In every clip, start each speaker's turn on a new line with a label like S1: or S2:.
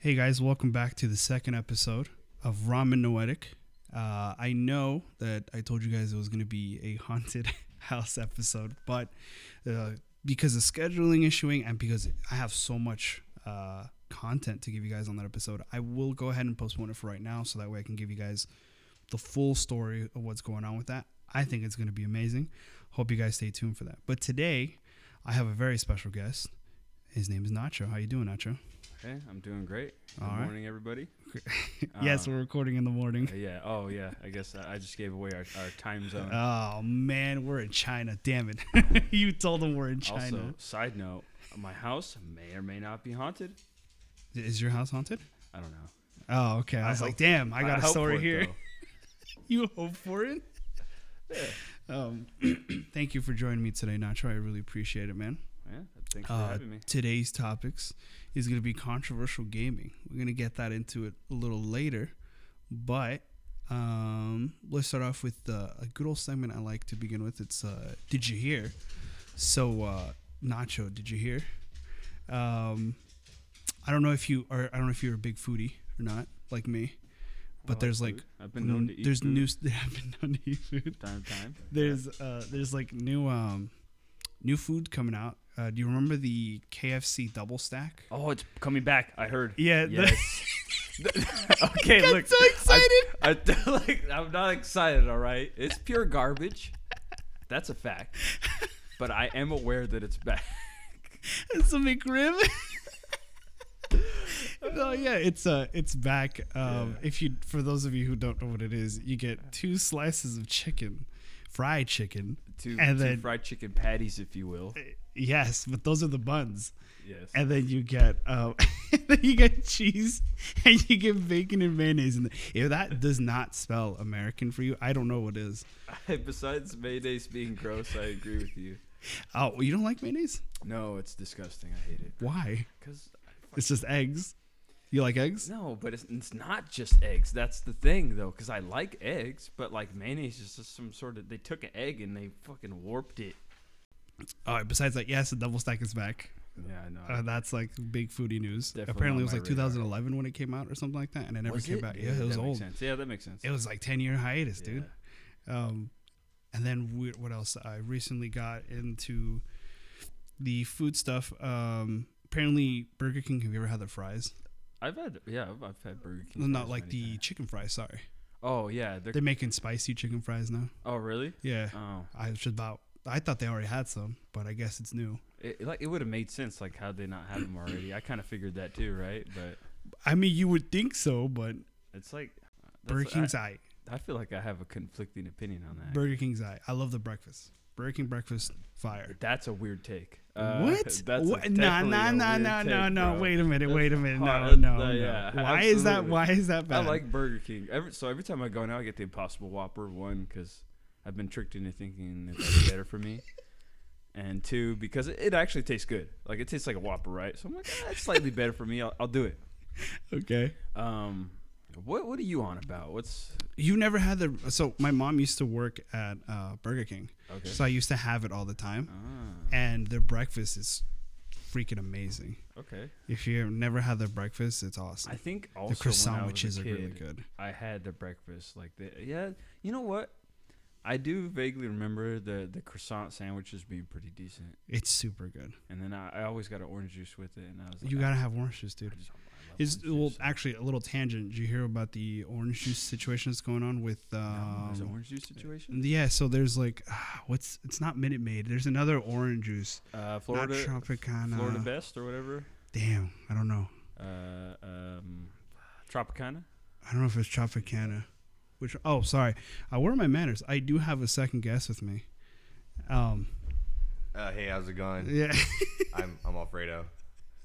S1: Hey guys, welcome back to the second episode of Ramen Noetic. Uh, I know that I told you guys it was going to be a haunted house episode, but uh, because of scheduling issuing and because I have so much uh, content to give you guys on that episode, I will go ahead and postpone it for right now so that way I can give you guys the full story of what's going on with that. I think it's going to be amazing. Hope you guys stay tuned for that. But today, I have a very special guest. His name is Nacho. How you doing, Nacho?
S2: Hey, I'm doing great. Good
S1: All right.
S2: morning, everybody.
S1: yes,
S2: Um,
S1: we're recording in the morning.
S2: uh, yeah. Oh, yeah. I guess I, I just gave away our, our time zone.
S1: Oh man, we're in China. Damn it! you told them we're in China.
S2: Also, side note, my house may or may not be haunted.
S1: Is your house haunted?
S2: I don't know.
S1: Oh, okay. I,
S2: I
S1: was
S2: hope-
S1: like, damn, I got
S2: a
S1: a story here. you hope for it. Um, thank you for joining me today, Nacho. I really appreciate it, man.
S2: yeah. Thanks for
S1: Uh,
S2: having me.
S1: today's topics is going to be controversial gaming. We're going to get that into it a little later, but um, let's start off with uh, a good old segment I like to begin with. It's uh, "Did you hear?" So, uh, Nacho, did you hear? Um, I don't know if you are. I don't know if you're a big foodie or not, like me. But
S2: Oh,
S1: there's
S2: food.
S1: like
S2: I've been known
S1: mm,
S2: to eat
S1: there's
S2: food
S1: new. I've been known to eat food.
S2: from time to time.
S1: There's uh there's like new um new food coming out. Uh, do you remember the KFC double stack?
S2: Oh, it's coming back. I heard.
S1: Yeah, the-
S2: Yes. okay.
S1: got
S2: look.
S1: so
S2: I-
S1: excited.
S2: I, like, I'm not excited. All right. It's pure garbage. That's a fact. But I am aware that it's back.
S1: It's a McRib. no, yeah, it's uh it's back. Um
S2: Yeah.
S1: if you for those of you who don't know what it is, you get two slices of chicken, fried chicken.
S2: Two,
S1: And
S2: two
S1: then-
S2: fried chicken patties, if you will.
S1: Yes, but those are the buns.
S2: Yes.
S1: And then you get um then you get cheese and you get bacon and mayonnaise in there. If that does not spell American for you, I don't know what is.
S2: Besides mayonnaise being gross, I agree with you.
S1: Oh, you don't like mayonnaise?
S2: No, it's disgusting. I hate it.
S1: Why?
S2: Cause
S1: It's just eggs. You like eggs?
S2: no, but it's, it's not just eggs. That's the thing, though. Cause I like eggs, but like mayonnaise is just some sort of. They took an egg and they fucking warped it.
S1: All right. Besides that, yes, the double stack is back.
S2: Yeah, I know.
S1: Uh, that's like big foodie news.
S2: Definitely
S1: Apparently, it
S2: on
S1: was
S2: my
S1: like
S2: radar.
S1: 2011 when it came out or something like that, and it never
S2: Was
S1: came
S2: it?
S1: back. Yeah, it was
S2: that makes
S1: old.
S2: sense. Yeah, that makes sense.
S1: It was like 10 year hiatus, dude.
S2: Yeah.
S1: Um, and then we, what else? I recently got into the food stuff. Um, apparently, Burger King. Have you ever had their fries?
S2: I've had yeah, I've, I've had Burger King.
S1: No, Not
S2: fries
S1: like
S2: many
S1: the
S2: times.
S1: chicken fries. Sorry,
S2: Oh yeah, they're,
S1: they're making spicy chicken fries now.
S2: oh really?
S1: Yeah,
S2: Oh,
S1: I was about. I thought they already had some, but I guess it's new.
S2: it, like it would have made sense. Like how they not have them already. I kind of figured that too, right? But
S1: I mean, you would think so, but
S2: it's like uh, that's-
S1: Burger
S2: I-
S1: King's eye.
S2: I feel like I have a conflicting opinion on that.
S1: Burger King's eye. I love the breakfast. Burger King breakfast, fire.
S2: that's a weird take.
S1: Uh, what?
S2: Uh, That's
S1: what? No, no, no, no, no, no. Wait a minute.
S2: That's
S1: Wait a minute. No,
S2: hard.
S1: no,
S2: Uh,
S1: no.
S2: yeah,
S1: why is that?
S2: absolutely.
S1: Why is that bad?
S2: I like Burger King. Every, so every time I go now, I get the Impossible Whopper one because I've been tricked into thinking that that's better for me, and two because it, it actually tastes good. Like it tastes like a Whopper, right? So I'm like, ah, that's slightly better for me. I'll, I'll do it.
S1: Okay.
S2: Um, what what are you on about? What's
S1: You never had the. So my mom used to work at uh, Burger King,
S2: okay?
S1: so I used to have it all the time,
S2: ah,
S1: and their breakfast is freaking amazing.
S2: okay.
S1: If you've never had their breakfast, it's awesome.
S2: I think also
S1: The
S2: when I
S1: croissant
S2: was a
S1: witches are really
S2: kid,
S1: good.
S2: I had the breakfast like the yeah. You know what? I do vaguely remember the the croissant sandwiches being pretty decent,
S1: It's super good.
S2: and then I, I always got an orange juice with it, and I was like,
S1: You
S2: I,
S1: gotta have orange juice, dude.
S2: I just- I love
S1: Is
S2: orange
S1: well,
S2: juice.
S1: actually, a little tangent. Did you hear about the orange juice situation that's going on with?
S2: No,
S1: Um,
S2: there's an orange juice situation.
S1: yeah, so there's like, ah, what's it's not Minute Maid. There's another orange juice,
S2: Uh, Florida,
S1: not Tropicana.
S2: Florida Best or whatever.
S1: Damn, I don't know.
S2: Uh, um, Tropicana.
S1: I don't know if it's Tropicana. Which oh, sorry, I wore my manners. I do have a second guess with me. Um,
S3: Uh, hey, how's it going?
S1: yeah,
S3: I'm I'm Alfredo.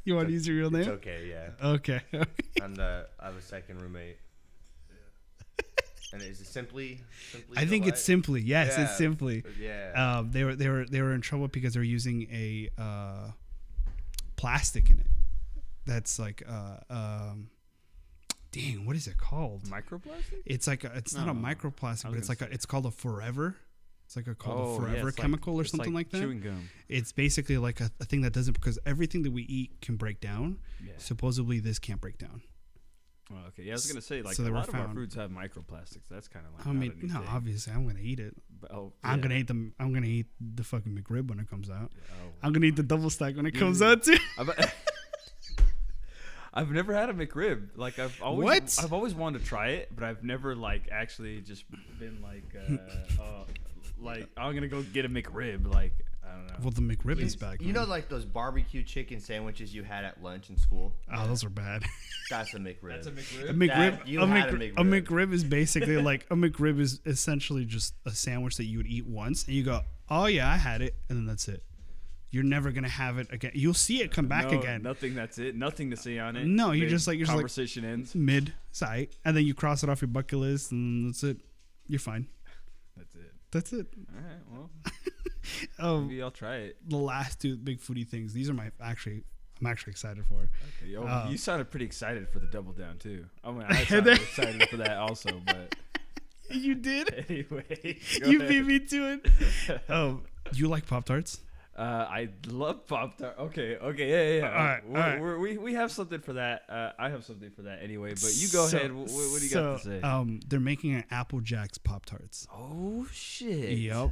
S1: you want to use your real
S3: It's
S1: name?
S3: okay, yeah.
S1: Okay.
S3: I'm the I have a second roommate. And is it simply? simply
S1: I think
S3: Delight?
S1: it's simply yes, it's
S3: Yeah.
S1: simply.
S3: Yeah.
S1: Um, they were they were they were in trouble because they were using a uh, plastic in it. That's like uh, um, dang, what is it called?
S2: Microplastic.
S1: It's like a, it's not a
S2: No.
S1: microplastic,
S2: I
S1: but
S2: was
S1: it's
S2: gonna
S1: like a, it's called a forever It's like a called
S2: Oh,
S1: a
S2: yeah,
S1: forever
S2: it's like-
S1: chemical or
S2: it's
S1: something like, that.
S2: Chewing gum.
S1: It's basically like a, a thing that doesn't because everything that we eat can break down.
S2: Yeah.
S1: Supposedly this can't break down.
S2: Well, okay. Yeah, I was gonna say like
S1: So
S2: a
S1: they were
S2: lot of our
S1: found-
S2: foods have microplastics. That's kind of like
S1: I
S2: not
S1: mean,
S2: a new
S1: no,
S2: thing.
S1: obviously I'm gonna eat it.
S2: But- oh,
S1: I'm
S2: yeah.
S1: gonna eat the I'm gonna eat the fucking McRib when it comes out.
S2: Oh.
S1: I'm gonna eat the double stack when it
S2: You-
S1: comes out too.
S2: I've, I've never had a McRib. Like I've always
S1: What?
S2: I've always wanted to try it, but I've never like actually just been like uh, uh like I'm gonna go get a McRib. Like I don't know.
S1: Well, the McRib is
S3: You-
S1: back.
S3: You know,
S1: man.
S3: like those barbecue chicken sandwiches you had at lunch in school.
S1: oh, those are bad.
S3: That's a McRib.
S2: That's a
S1: A
S2: McRib.
S1: McRib,
S3: you
S1: a,
S3: had a
S1: McRib,
S3: McRib.
S1: McRib is basically like a McRib is essentially just a sandwich that you would eat once, and you go, "Oh yeah, I had it," and then that's it. You're never gonna have it again. You'll see it come back
S2: No,
S1: again
S2: Nothing. That's it. Nothing to say on it.
S1: No, you're
S2: The
S1: just like- you're just like-
S2: conversation ends.
S1: mid site, and then you cross it off your bucket list, and that's it. You're fine.
S2: That's it.
S1: That's it.
S2: All right. Well,
S1: Um,
S2: maybe I'll try it.
S1: the last two big foodie things. These are my actually. I'm actually excited for.
S2: Okay, yo,
S1: Uh,
S2: you sounded pretty excited for the double down too. I mean, I sounded excited for that also, but
S1: You did.
S2: anyway, go
S1: you
S2: ahead.
S1: beat me to it. Oh, you like Pop Tarts?
S2: Uh, I love Pop Tart. Okay, okay, yeah, yeah. yeah.
S1: All right,
S2: We're-
S1: all right.
S2: we're- we we have something for that. Uh, I have something for that anyway. But you go
S1: So-
S2: ahead. What, what do you got to
S1: so,
S2: say?
S1: Um, they're making an Apple Jacks Pop Tarts.
S2: oh shit!
S1: Yep,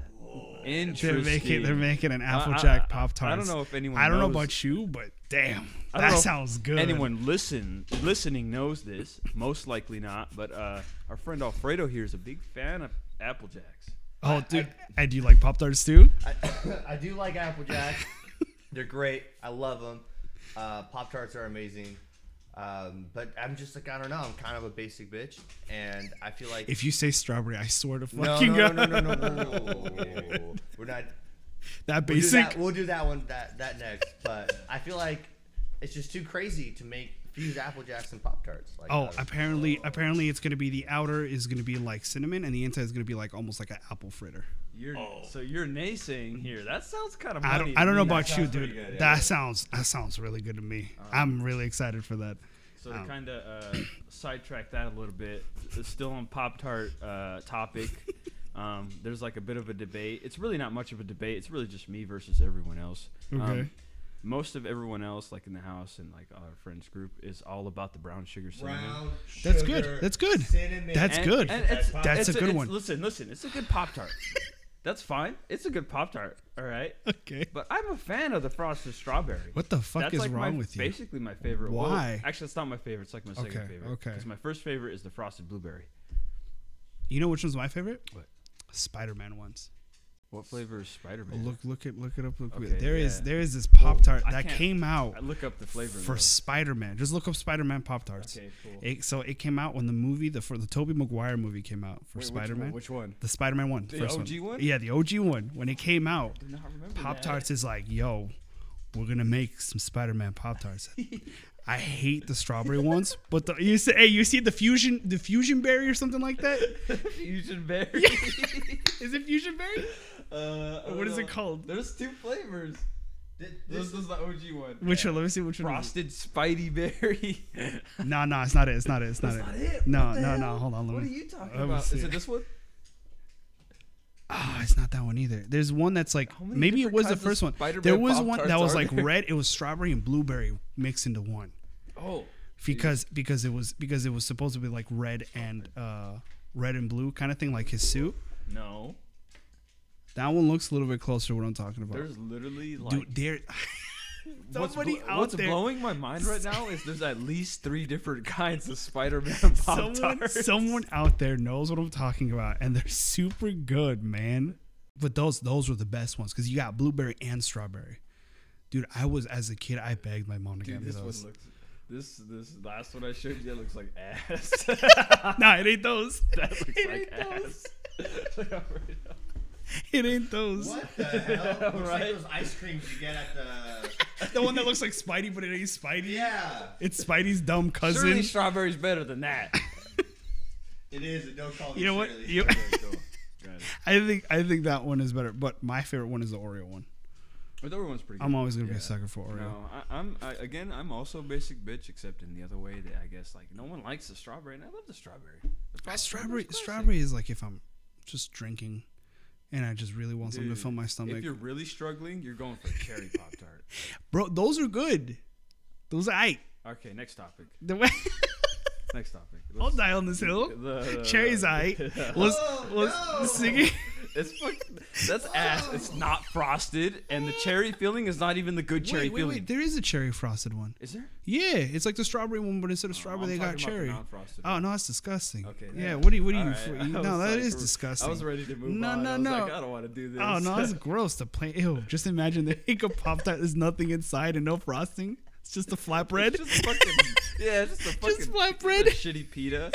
S1: they're
S2: Interesting.
S1: making they're making an
S2: I-
S1: Apple
S2: I-
S1: Jack
S2: I-
S1: Pop Tarts.
S2: I don't know if anyone.
S1: I don't know
S2: knows-
S1: about you, but damn,
S2: I don't
S1: that
S2: know if
S1: sounds good.
S2: Anyone listen listening knows this. Most likely not. But uh, our friend Alfredo here is a big fan of Apple Jacks.
S1: Oh, dude, and do you like Pop Tarts too?
S3: I, I do like Apple Jacks. They're great. I love them. Uh, Pop Tarts are amazing. Um, but I'm just like I don't know. I'm kind of a basic bitch, and I feel like
S1: If you say strawberry, I swear to
S3: no,
S1: fucking
S3: no,
S1: God,
S3: no, no, no, no, no, no. We're not.
S1: that
S3: We'll do,
S1: basic.
S3: that, we'll do that one that that next. But I feel like it's just too crazy to make fuse Apple Jacks and Pop Tarts. Like,
S1: Oh,
S3: I don't-
S1: apparently, apparently it's gonna be the outer is gonna be like cinnamon, and the inside is gonna be like almost like an apple fritter.
S2: You're so you're naysaying here. That sounds kind of.
S1: I
S2: money
S1: don't,
S2: to
S1: I don't know
S2: me.
S1: about you,
S3: sounds pretty
S1: dude.
S3: good, yeah,
S1: that
S3: yeah.
S1: sounds, that sounds really good to me. I'm really excited for that.
S2: So to kind of uh, sidetrack that a little bit, it's still on Pop Tart uh, topic. um, there's like a bit of a debate. It's really not much of a debate. It's really just me versus everyone else. Um,
S1: Okay.
S2: most of everyone else, like in the house and like our friends group, is all about the brown sugar cinnamon.
S3: Brown
S1: That's
S3: sugar,
S1: good. That's good.
S3: Cinnamon.
S1: That's
S2: And-
S1: good.
S2: and it's-
S1: That's
S2: it's
S1: a good
S2: it's-
S1: one.
S2: Listen, listen. It's a good Pop Tart. That's fine. It's a good Pop Tart. All right.
S1: Okay.
S2: But I'm a fan of the frosted strawberry.
S1: What the fuck
S2: That's
S1: is
S2: like
S1: wrong
S2: my,
S1: with you?
S2: Basically, my favorite. Well,
S1: Why?
S2: actually, it's not my favorite. It's like my second
S1: Okay,
S2: favorite.
S1: okay.
S2: Because my first favorite is the frosted blueberry.
S1: You know which one's my favorite?
S2: What?
S1: Spider-Man ones.
S2: What flavor is Spider Man?
S1: Look, look it, look it up. Look
S2: Okay,
S1: it. There is,
S2: yeah.
S1: there is this Pop Tart
S2: I
S1: that
S2: can't-
S1: came out
S2: I look up the flavor.
S1: for
S2: though.
S1: Spider-Man. Just look up Spider-Man Pop Tarts.
S2: Okay, cool.
S1: It, so it came out when the movie, the for the Tobey Maguire movie came out for
S2: Wait, which one-
S1: Spider-Man.
S2: Which one?
S1: the Spider-Man one,
S2: The
S1: first
S2: OG one?
S1: Yeah, the OG one. When it came out,
S2: I do not remember.
S1: Pop
S2: that.
S1: Tarts is like, yo, we're gonna make some Spider-Man Pop Tarts. I hate the strawberry ones, but the you say, hey, you see the fusion, the fusion berry or something like that?
S2: Fusion berry.
S1: Is it fusion berry?
S2: Uh, I
S1: What
S2: don't
S1: is it
S2: know.
S1: called?
S2: There's two flavors. This, is the OG one.
S1: Which one? Let me see which one. it is.
S2: Frosted Spidey Berry.
S1: No, no, it's not it. It's not it. It's not
S2: That's
S1: it.
S2: not it.
S1: No,
S2: What the
S1: no,
S2: hell?
S1: no. Hold on. Let
S2: What are
S1: me.
S2: you talking
S1: let me
S2: about?
S1: see
S2: Is
S1: it.
S2: it this one?
S1: Ah, it's not that one either. There's one that's like
S2: How many
S1: maybe it
S2: different
S1: was the
S2: kinds of
S1: first one.
S2: Spider-Man
S1: There was one
S2: Pop-Tarts
S1: that was
S2: are
S1: like
S2: there?
S1: red. It was strawberry and blueberry mixed into one
S2: Oh.
S1: because because it was because it was supposed to be like red and uh red and blue kind of thing like his suit.
S2: No.
S1: That one looks a little bit closer to what I'm talking about.
S2: There's literally like
S1: Dude, there.
S2: What's
S1: somebody
S2: blo-
S1: out
S2: what's
S1: there-
S2: blowing my mind right now is there's at least three different kinds of Spider-Man pop
S1: someone,
S2: tarts.
S1: someone out there knows what I'm talking about, and they're super good, man. But those those were the best ones because you got blueberry and strawberry. Dude, I was as a kid, I begged my mom to get
S2: Dude,
S1: me
S2: this one
S1: those.
S2: looks. This this last one I showed you that looks like ass. that
S1: nah, it ain't those.
S2: looks
S1: It
S2: like
S1: ain't those.
S2: ass. Look how right up.
S1: It ain't those.
S3: What the hell? Looks
S2: Right.
S3: like those ice creams you get at the.
S1: The one that looks like Spidey, but it ain't Spidey.
S3: Yeah,
S1: It's Spidey's dumb cousin.
S2: Surely strawberry's better than that.
S3: it is. and Don't call me.
S1: You know what?
S3: Shirley.
S1: You-
S3: Okay, cool.
S1: I think I think that one is better, but my favorite one is the Oreo one.
S2: but the other one's pretty. Good.
S1: I'm always gonna be
S3: Yeah.
S1: a sucker for Oreo.
S2: No, I, I'm I, again. I'm also basic bitch, except in the other way that I guess like no one likes the strawberry, and I love the strawberry. The
S1: Uh,
S2: frosted
S1: strawberry
S2: blueberry's classic.
S1: strawberry is like if I'm just drinking and I just really want something to
S2: Dude,
S1: fill my stomach.
S2: If you're really struggling, you're going for cherry pop tart.
S1: Bro, those are good. Those are aight.
S2: Okay, next topic.
S1: The way
S2: Next topic.
S1: I'll
S2: Let's-
S1: die on this hill.
S2: the-
S1: Cherry's aight. Was was singing.
S2: It's fuck, that's ass. It's not frosted, and the cherry filling is not even the good cherry
S1: Wait, wait,
S2: filling.
S1: wait. There is a cherry frosted one.
S2: Is there?
S1: Yeah, it's like the strawberry one, but instead of
S2: Oh, I'm
S1: strawberry, they
S2: talking
S1: got
S2: about the
S1: cherry.
S2: non-frosted
S1: Oh
S2: one.
S1: no, that's disgusting.
S2: Okay,
S1: Yeah,
S2: yeah.
S1: what do you? What do you?
S2: Alright,
S1: fr-
S2: I
S1: you-
S2: was
S1: no, that
S2: like-
S1: is
S2: I was
S1: disgusting.
S2: I was ready to move
S1: No,
S2: on.
S1: no,
S2: I was
S1: no.
S2: Like, I don't want to do this.
S1: Oh no, that's gross. The plain ew. Just imagine the you could pop that. There's nothing inside and no frosting. It's just a flatbread.
S2: It's just fucking, yeah, it's just a fucking
S1: flatbread.
S2: it's a shitty pita.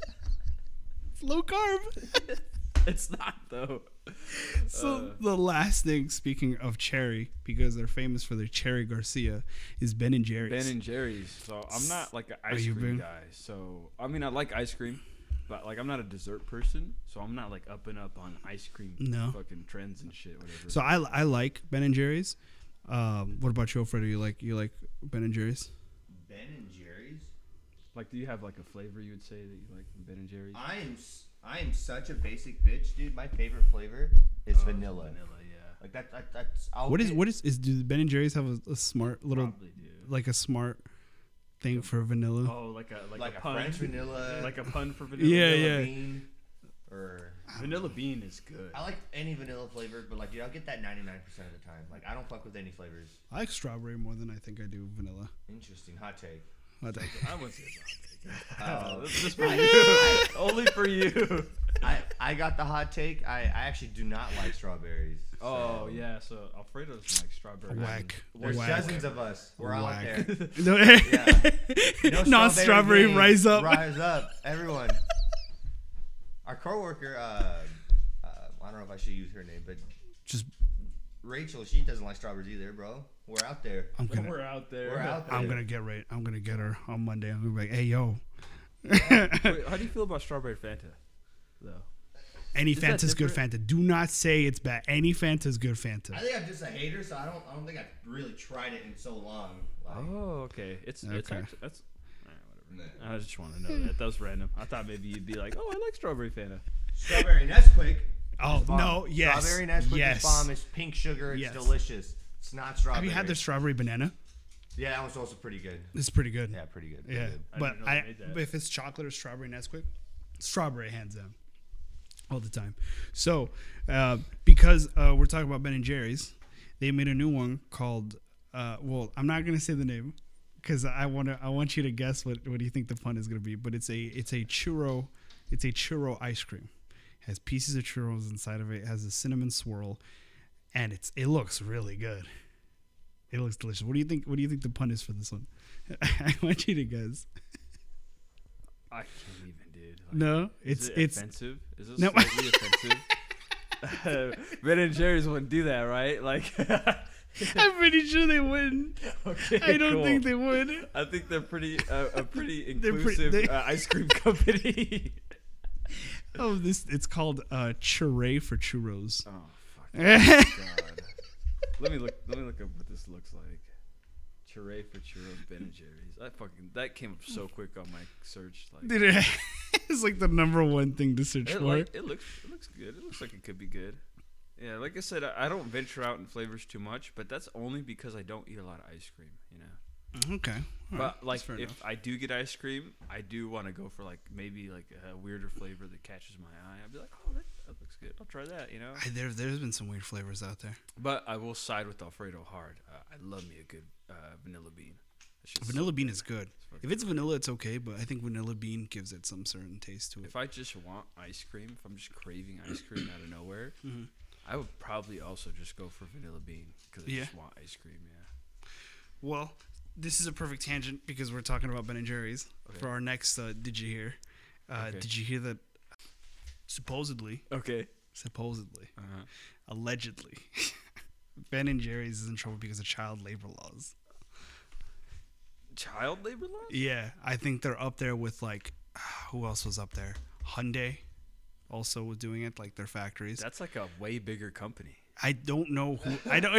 S1: It's low carb.
S2: it's not though.
S1: so
S2: Uh.
S1: the last thing, speaking of cherry, because they're famous for their cherry Garcia, is Ben and Jerry's.
S2: Ben and Jerry's. So I'm not like an ice
S1: you
S2: cream
S1: been-
S2: guy. So I mean, I like ice cream, but like I'm not a dessert person. So I'm not like up and up on ice cream
S1: No.
S2: fucking trends and shit. Whatever.
S1: so I, I like Ben and Jerry's. Um, what about you, Fred? you like you like Ben and Jerry's?
S3: Ben and Jerry's.
S2: like, do you have like a flavor you would say that you like from Ben and Jerry's?
S3: I am s- I am such a basic bitch, dude. My favorite flavor is
S2: Oh,
S3: vanilla.
S2: Vanilla, yeah.
S3: Like that, that that's I'll
S1: What is
S3: get-
S1: what is is do Ben and Jerry's have a, a smart little
S2: Oh, Probably do.
S1: like a smart thing for vanilla?
S2: Oh, like a like,
S3: like,
S2: a,
S3: a
S2: pun.
S3: French vanilla,
S2: like a pun for vanilla.
S1: Yeah,
S3: vanilla
S1: yeah.
S3: bean, or
S2: Vanilla bean is good.
S3: I like any vanilla flavor, but like dude, I'll get that ninety nine percent of the time. Like I don't fuck with any flavors.
S1: I like strawberry more than I think I do vanilla.
S3: Interesting hot take.
S1: What the-
S2: I wouldn't say it's not.
S3: Uh,
S2: Oh, this is for you. Only for you.
S3: I I got the hot take. I I actually do not like strawberries. so-
S2: Oh yeah, so Alfredo's like strawberry.
S1: Whack.
S3: There's
S1: Whack.
S3: dozens of us. We're all out
S1: Whack.
S3: there.
S1: No,
S3: No
S1: non strawberry
S3: beans.
S1: rise up.
S3: Rise up, everyone. Our coworker, uh, uh, I don't know if I should use her name, but
S1: Just
S3: Rachel, she doesn't like strawberries either, bro. We're out there.
S1: I'm
S2: When
S1: gonna
S2: We're out there.
S3: We're out there.
S1: I'm gonna get right. I'm gonna get her on Monday. I'm gonna be like, hey yo,
S2: Wait, how do you feel about strawberry Fanta, though?
S1: any
S2: Is that
S1: Fanta's good
S2: different?
S1: Fanta. Do not say it's bad. Any Fanta's good
S3: I
S1: Fanta.
S3: think I'm just a hater, so I don't. I don't think I've really tried it in so long. Like,
S2: Oh, okay. It's it's
S1: Okay.
S2: actually, that's. alright,
S3: nah.
S2: whatever. I just want to know that. That was random. I thought maybe you'd be like, "Oh, I like strawberry Fanta."
S3: Strawberry Nesquik.
S1: Oh
S3: is bomb.
S1: no, yes,
S3: Strawberry Nesquik
S1: yes.
S3: is bomb. It's pink sugar. It's
S1: Yes.
S3: delicious. It's not strawberry.
S1: Have you had the strawberry banana?
S3: Yeah, that one's also pretty good.
S1: It's pretty good.
S3: Yeah, pretty good. pretty
S1: Yeah,
S3: good.
S2: I
S1: but
S2: didn't know they
S1: I
S2: made that.
S1: if it's chocolate or strawberry Nesquik, strawberry hands down, all the time. So uh, because uh, we're talking about Ben and Jerry's, they made a new one called. Uh, well, I'm not gonna say the name because I want to. I want you to guess what what do you think the pun is gonna be. But it's a it's a churro, it's a churro ice cream. It has pieces of churros inside of it. it has a cinnamon swirl, and it's it looks really good. It looks delicious. What do you think? What do you think the pun is for this one? I want you to guess.
S2: I can't even, dude. Like,
S1: No,
S2: is
S1: it's
S2: it
S1: it's
S2: offensive. Is this
S1: No.
S2: slightly offensive? ben and Jerry's wouldn't do that, right? Like,
S1: I'm pretty sure they wouldn't.
S2: okay,
S1: I don't
S2: cool.
S1: think they would.
S2: I think they're pretty uh, a pretty
S1: They're pre-
S2: inclusive
S1: they-
S2: uh, ice cream company.
S1: Oh, this it's called uh churray for churros.
S2: oh fuck
S1: yeah,
S2: god! let me look. Let me look up what this looks like. Churray for churros, Ben and Jerry's. I fucking that came up
S1: Oh.
S2: so quick on my search. Like,
S1: it's like the number one thing to search
S2: it,
S1: for.
S2: like, it looks it looks good. It looks like it could be good. Yeah, like I said, I, I don't venture out in flavors too much, but that's only because I don't eat a lot of ice cream. You know.
S1: okay. all right,
S2: But like,
S1: fair
S2: if
S1: enough.
S2: I do get ice cream, I do want to go for like maybe like a weirder flavor that catches my eye. I'd be like, oh, that, that looks good. I'll try that. You know.
S1: I- there there's been some weird flavors out there.
S2: But I will side with Alfredo hard. Uh, I love me a good uh, vanilla bean. It's just-
S1: Vanilla bean is good.
S2: fucking
S1: If it's vanilla, it's okay, but I think vanilla bean gives it some certain taste to it.
S2: If I just want ice cream, if I'm just craving ice cream out of nowhere,
S1: Mm-hmm.
S2: I would probably also just go for vanilla bean because I
S1: Yeah.
S2: just want ice cream. Yeah.
S1: Well, this is a perfect tangent because we're talking about Ben and Jerry's for our next. Uh, did you hear? Uh,
S2: Okay.
S1: Did you hear that? Supposedly,
S2: Okay.
S1: supposedly,
S2: Uh-huh.
S1: allegedly, Ben and Jerry's is in trouble because of child labor laws.
S2: Child labor laws?
S1: Yeah, I think they're up there with like, who else was up there? Hyundai, also was doing it, like their factories.
S2: That's like a way bigger company.
S1: I don't know who I don't.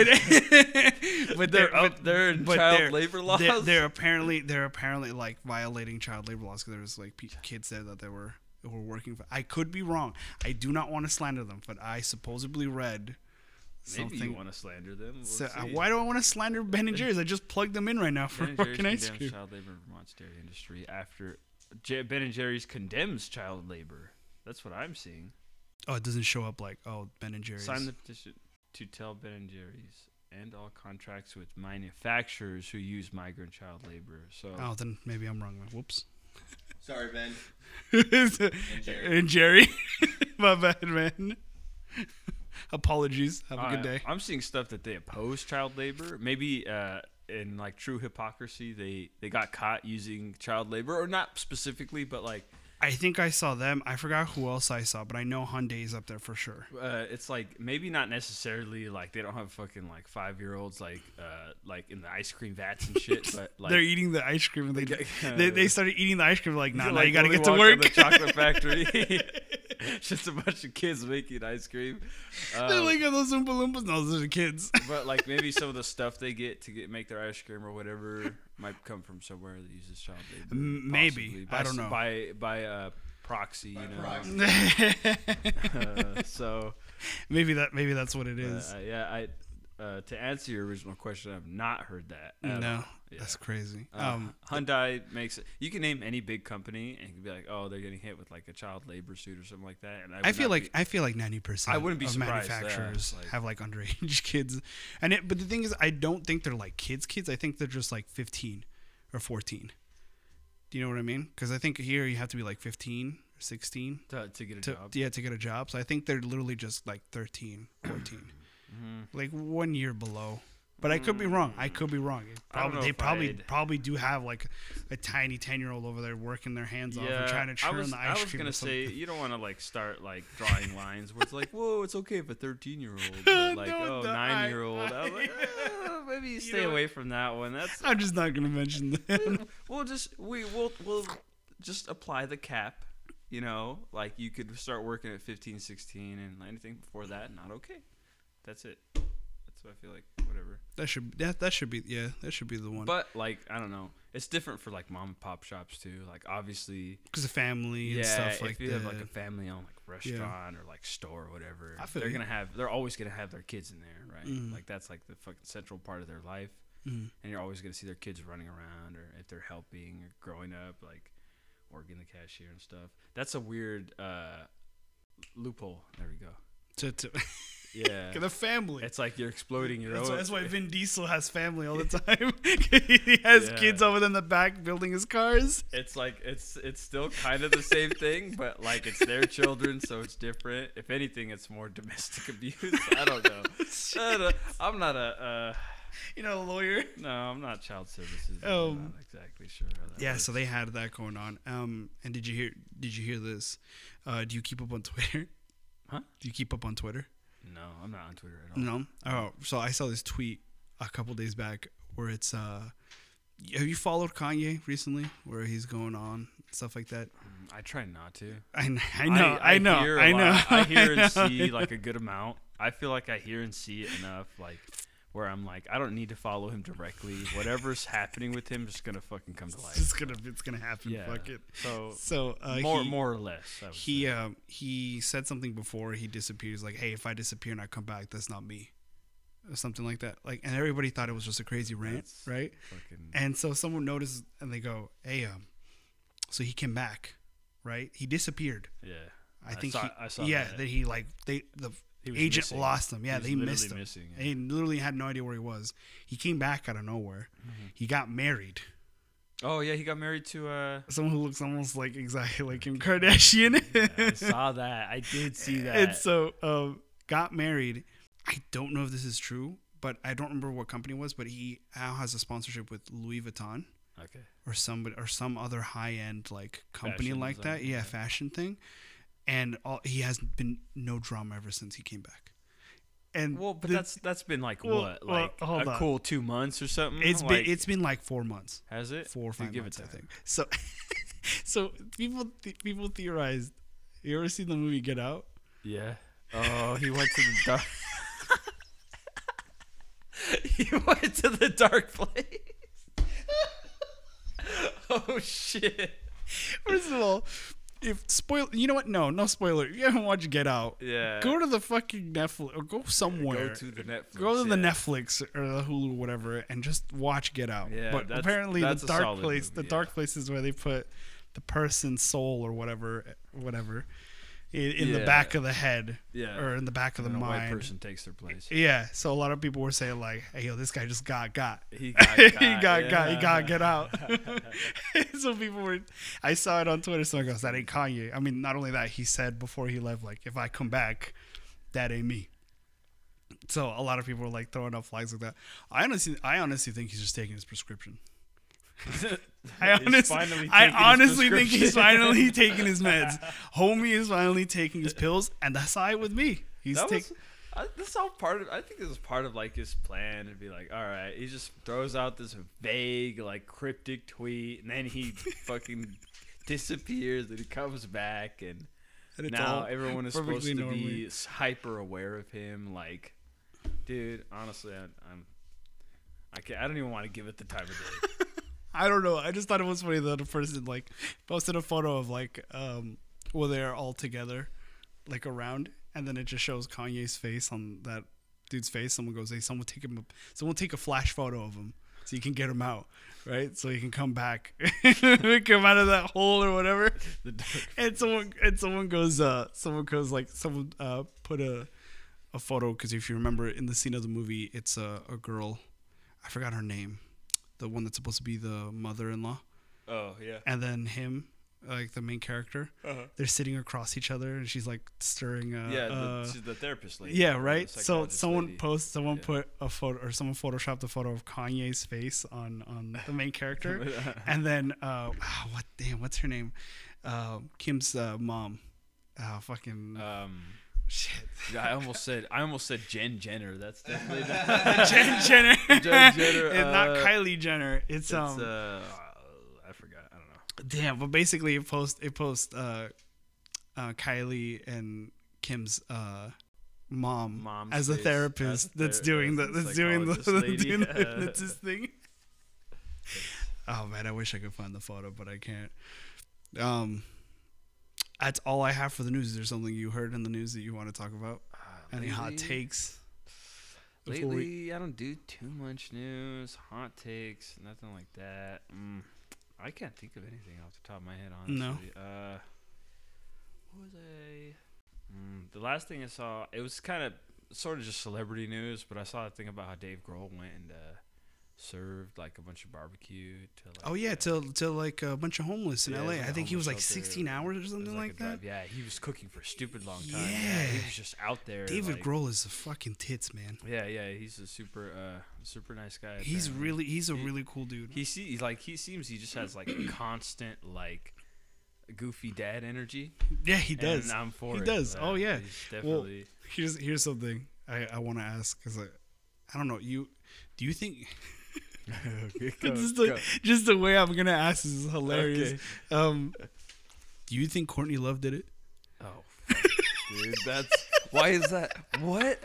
S1: but
S2: They're up there in child labor laws?
S1: They're, they're apparently they're apparently like violating child labor laws because there was like pe- kids there that they were who are working for. I could be wrong. I do not want to slander them, but I supposedly read
S2: Maybe
S1: something.
S2: you want to slander them. We'll
S1: so, uh,
S2: see.
S1: why do I want to slander Ben and Jerry's? I just plugged them in right now for
S2: Ben and Jerry's
S1: fucking ice
S2: condemns
S1: cream.
S2: child labor in Vermont's dairy industry after J- Ben and Jerry's condemns child labor. That's what I'm seeing.
S1: Oh, it doesn't show up like oh Ben and Jerry's.
S2: Sign the petition to tell Ben and Jerry's end all contracts with manufacturers who use migrant child labor. So
S1: oh, then maybe I'm wrong. man. Whoops.
S3: Sorry, Ben.
S1: and
S3: Jerry.
S1: Jerry. My bad, man. Apologies. Have a
S2: I-
S1: good day.
S2: I'm seeing stuff that they oppose child labor. Maybe uh, in like true hypocrisy, they they got caught using child labor, or not specifically, but like
S1: I think I saw them. I forgot who else I saw, but I know Hyundai is up there for sure.
S2: uh, it's like maybe not necessarily like they don't have fucking like five year olds like uh, like in the ice cream vats and shit, but like
S1: They're eating the ice cream and they
S2: guy-
S1: they, they started eating the ice cream like nah,
S2: Like,
S1: nah you gotta
S2: Willy
S1: get to
S2: Wonka
S1: work.
S2: and The chocolate factory. It's Just a bunch of kids making ice cream.
S1: They're
S2: Um,
S1: like "Are those Oompa Loompas. No, those are kids.
S2: but like maybe some of the stuff they get to get make their ice cream or whatever might come from somewhere that uses child labor.
S1: M- maybe. I
S2: possibly, by, s-
S1: don't know.
S2: by by uh, proxy, you know.
S3: proxy.
S2: uh, so
S1: maybe that maybe that's what it
S2: uh,
S1: is.
S2: yeah, I uh, to answer your original question, I've not heard that. at
S1: no,
S2: all. Yeah.
S1: that's crazy.
S2: Uh,
S1: um,
S2: Hyundai makes it. You can name any big company and you can be like, oh, they're getting hit with like a child labor suit or something like that. And I,
S1: I
S2: would
S1: feel
S2: not
S1: like
S2: be-
S1: I feel like ninety percent.
S2: I wouldn't be
S1: of
S2: surprised, yeah,
S1: manufacturers
S2: like-
S1: have like underage kids, and it. But the thing is, I don't think they're like kids. Kids. I think they're just like fifteen or fourteen. Do you know what I mean? Because I think here you have to be like fifteen or sixteen
S2: to, to get a
S1: to
S2: job.
S1: yeah to get a job. So I think they're literally just like 13, 14.
S2: Mm-hmm.
S1: like one year below. But I could be wrong. I could be wrong. It
S2: Mm. I don't
S1: probably
S2: know
S1: they
S2: if
S1: probably
S2: I'd-
S1: probably do have like a tiny ten year old over there working their hands off and trying to
S2: I
S1: churn
S2: was,
S1: the ice
S2: I was
S1: cream.
S2: gonna
S1: or something.
S2: say you don't want to like start like drawing lines where it's like, whoa, it's okay if a thirteen-year-old, or, like
S1: No,
S2: oh,
S1: no, I-
S2: nine-year-old. I was like, "Uh, maybe you stay
S1: know-
S2: away from that one. That's
S1: I'm just not gonna mention that.
S2: we'll just we will we'll just apply the cap. You know, like you could start working at 15, 16 and anything before that, not okay. That's it. That's what I feel like. Whatever.
S1: That should that that should be yeah that should be the one.
S2: But like, I don't know. It's different for like mom and pop shops too. Like, obviously,
S1: because of family and
S2: yeah,
S1: stuff like
S2: if you
S1: that.
S2: have like a family owned like restaurant or like store or whatever,
S1: I feel
S2: they're
S1: you. Mm-hmm.
S2: gonna have they're always gonna have their kids in there, right? Like that's like the fucking central part of their life, and you're always gonna see their kids running around or if they're helping or growing up, like working the cashier and stuff. That's a weird uh, loophole. There we go.
S1: to, to,
S2: Yeah,
S1: the family.
S2: it's like you're exploiting your
S1: that's,
S2: own.
S1: why, that's why Vin Diesel has family all the time. he has
S2: Yeah.
S1: kids over in the back building his cars.
S2: it's like it's it's still kind of the same thing, but like it's their children, so it's different. If anything, it's more domestic abuse. I don't know. I don't- I'm not a uh,
S1: You know, lawyer.
S2: no, I'm not child services. I'm
S1: Um,
S2: not exactly sure. How that
S1: Yeah,
S2: works.
S1: so they had that going on. Um, and did you hear? Did you hear this? Uh, do you keep up on Twitter?
S2: Huh?
S1: Do you keep up on Twitter?
S2: no, I'm not on Twitter at all.
S1: No. Oh, so I saw this tweet a couple days back where it's uh, have you followed Kanye recently? Where he's going on stuff like that.
S2: I try not to.
S1: I, kn- I know, I, know,
S2: hear a
S1: I know.
S2: lot. I hear and
S1: know.
S2: see like a good amount. I feel like I hear and see it enough, like where I'm like, I don't need to follow him directly. Whatever's happening with him is gonna fucking come to
S1: It's
S2: life.
S1: just gonna, it's gonna happen.
S2: Yeah.
S1: Fuck it.
S2: So
S1: So uh,
S2: more,
S1: he,
S2: more or less. I would
S1: he um he said something before he disappears like hey if i disappear and i come back that's not me or something like that like and everybody thought it was just a crazy rant
S2: That's-
S1: right
S2: fucking
S1: and so someone noticed and they go hey um so he came back right he disappeared
S2: yeah.
S1: i, think
S2: saw,
S1: he,
S2: I saw
S1: yeah
S2: that.
S1: that he like they the
S2: He was
S1: agent
S2: missing.
S1: lost him yeah
S2: He was
S1: they
S2: literally
S1: missed him
S2: missing, yeah.
S1: he literally had no idea where he was he came back out of nowhere
S2: Mm-hmm.
S1: he got married
S2: oh yeah, he got married to uh.
S1: someone who looks almost like exactly like kim kardashian
S2: I saw that. I did see that.
S1: and so um, got married. I don't know if this is true, but I don't remember what company it was. But he now has a sponsorship with Louis Vuitton
S2: okay.
S1: or somebody or some other high end like company
S2: Fashion
S1: like that.
S2: design,
S1: Yeah,
S2: yeah.
S1: fashion thing. And all, he has been no drama ever since he came back. And
S2: Well, but
S1: the-
S2: that's that's been like
S1: Well,
S2: what,
S1: well,
S2: like
S1: hold
S2: a
S1: on.
S2: cool two months or something.
S1: it's
S2: like,
S1: been it's been like four months.
S2: has it
S1: four or
S2: Dude,
S1: five
S2: give
S1: months,
S2: it
S1: I
S2: time.
S1: think. So, so people th- people theorized. You ever seen the movie Get Out?
S2: Yeah. Oh, he went to the dark. he went to the dark place. oh shit.
S1: First of all, if spoil, you know what? No, no spoiler. You haven't watched Get Out.
S2: Yeah.
S1: Go to the fucking Netflix or go somewhere.
S2: Go to the Netflix.
S1: Go to the
S2: yeah.
S1: Netflix or the Hulu, whatever, and just watch Get Out.
S2: Yeah,
S1: but
S2: that's-
S1: apparently,
S2: that's
S1: the
S2: a
S1: dark
S2: solid
S1: place,
S2: movie,
S1: the
S2: yeah.
S1: dark place is where they put the person's soul or whatever, whatever, in, in the
S2: Yeah.
S1: back of the head,
S2: Yeah.
S1: or in the back of the
S2: And a white
S1: mind.
S2: person takes their place.
S1: Yeah, so a lot of people were saying like, "Hey, yo, this guy just got got.
S2: He got
S1: he
S2: got,
S1: got got. He
S2: yeah.
S1: got get out." so people were, I saw it on Twitter. So I goes, "That ain't Kanye." I mean, not only that, he said before he left, like, "If I come back, that ain't me." So a lot of people were like throwing up flags like that. I honestly, I honestly think he's just taking his prescription. I
S2: He's
S1: honestly,
S2: finally
S1: I
S2: taking his
S1: honestly think he's
S2: prescription.
S1: finally taking his meds. Homie is finally taking his pills, and that's how it with me. He's
S2: That
S1: taking.
S2: was, I, this is all part of. I think this is part of like his plan to be like, all right, he just throws out this vague, like cryptic tweet, and then he fucking disappears, and he comes back, and,
S1: And it's
S2: now
S1: all
S2: everyone is
S1: perfectly
S2: supposed to
S1: normally.
S2: be s- hyper aware of him. Like, dude, honestly, I, I'm. I, can't, I don't even want to give it the time of day.
S1: I don't know. I just thought it was funny that a person like posted a photo of like um well they're all together, like around, and then it just shows Kanye's face on that dude's face. Someone goes, "Hey, someone take him. Someone take a flash photo of him so you can get him out, right? So he can come back, come out of that hole or whatever."
S2: The dark-
S1: and someone and someone goes uh someone goes like someone uh put a a photo because if you remember in the scene of the movie it's a, a girl i forgot her name the one that's supposed to be the mother-in-law
S2: oh yeah.
S1: and then him like the main character they're sitting across each other and she's like stirring a,
S2: Uh-huh. Yeah,
S1: a-
S2: the, she's the therapist lady.
S1: Uh, yeah
S2: or the
S1: right so
S2: psychologist
S1: someone
S2: lady.
S1: posts someone
S2: Yeah.
S1: put a photo or someone photoshopped a photo of kanye's face on on the main character and then uh ah, what damn what's her name uh, kim's uh, mom oh fucking
S2: Um,
S1: shit
S2: yeah, I almost said I almost said Jen Jenner. That's definitely
S1: Jen Jenner,
S2: Jen Jenner,
S1: it's not
S2: uh,
S1: Kylie Jenner. It's,
S2: It's,
S1: um,
S2: uh, I forgot. I don't know.
S1: damn. But basically, it post it post uh, uh, Kylie and Kim's uh, mom
S2: Mom's
S1: as a
S2: face,
S1: therapist
S2: as a
S1: that's
S2: thera-
S1: doing the
S2: as a
S1: that's doing the,
S2: psychologist
S1: doing the
S2: lady.
S1: that's his thing. Oh man, I wish I could find the photo, but I can't. Um, that's all I have for the news. Is there something you heard in the news that you want to talk about? Any hot
S2: uh, lately-
S1: takes? Before we-
S2: Lately, I don't do too much news, hot takes, nothing like that. Mm, I can't think of anything off the top of my head,
S1: No.
S2: honestly. Uh, what was I? Mm, the last thing I saw, it was kind of sort of just celebrity news, but I saw a thing about how Dave Grohl went and uh, served like a bunch of barbecue to. Like,
S1: Oh yeah,
S2: uh,
S1: till till like a bunch of homeless in
S2: Yeah,
S1: LA.
S2: like
S1: I
S2: a
S1: think he was
S2: homeless
S1: like
S2: shelter.
S1: 16 hours or
S2: It was
S1: something
S2: like
S1: like
S2: a
S1: that.
S2: drive- Yeah, he was cooking for a stupid long time. Yeah,
S1: Yeah.
S2: he was just out there.
S1: David
S2: like-
S1: Grohl is a fucking tits man.
S2: Yeah, yeah, he's a super, uh, super nice guy.
S1: He's
S2: apparently.
S1: really he's a
S2: He-
S1: really cool dude.
S2: He sees like he seems he just has like constant like goofy dad energy.
S1: yeah, he does.
S2: And I'm for
S1: He
S2: it.
S1: does.
S2: Uh,
S1: Oh, yeah.
S2: He's
S1: Well-
S2: definitely.
S1: Here's here's something I I want to ask because I I don't know you. Do you think just, the, just the way I'm gonna ask this is hilarious.
S2: Okay.
S1: Um, do you think Courtney Love did it?
S2: Oh, fuck, dude, that's why is that what?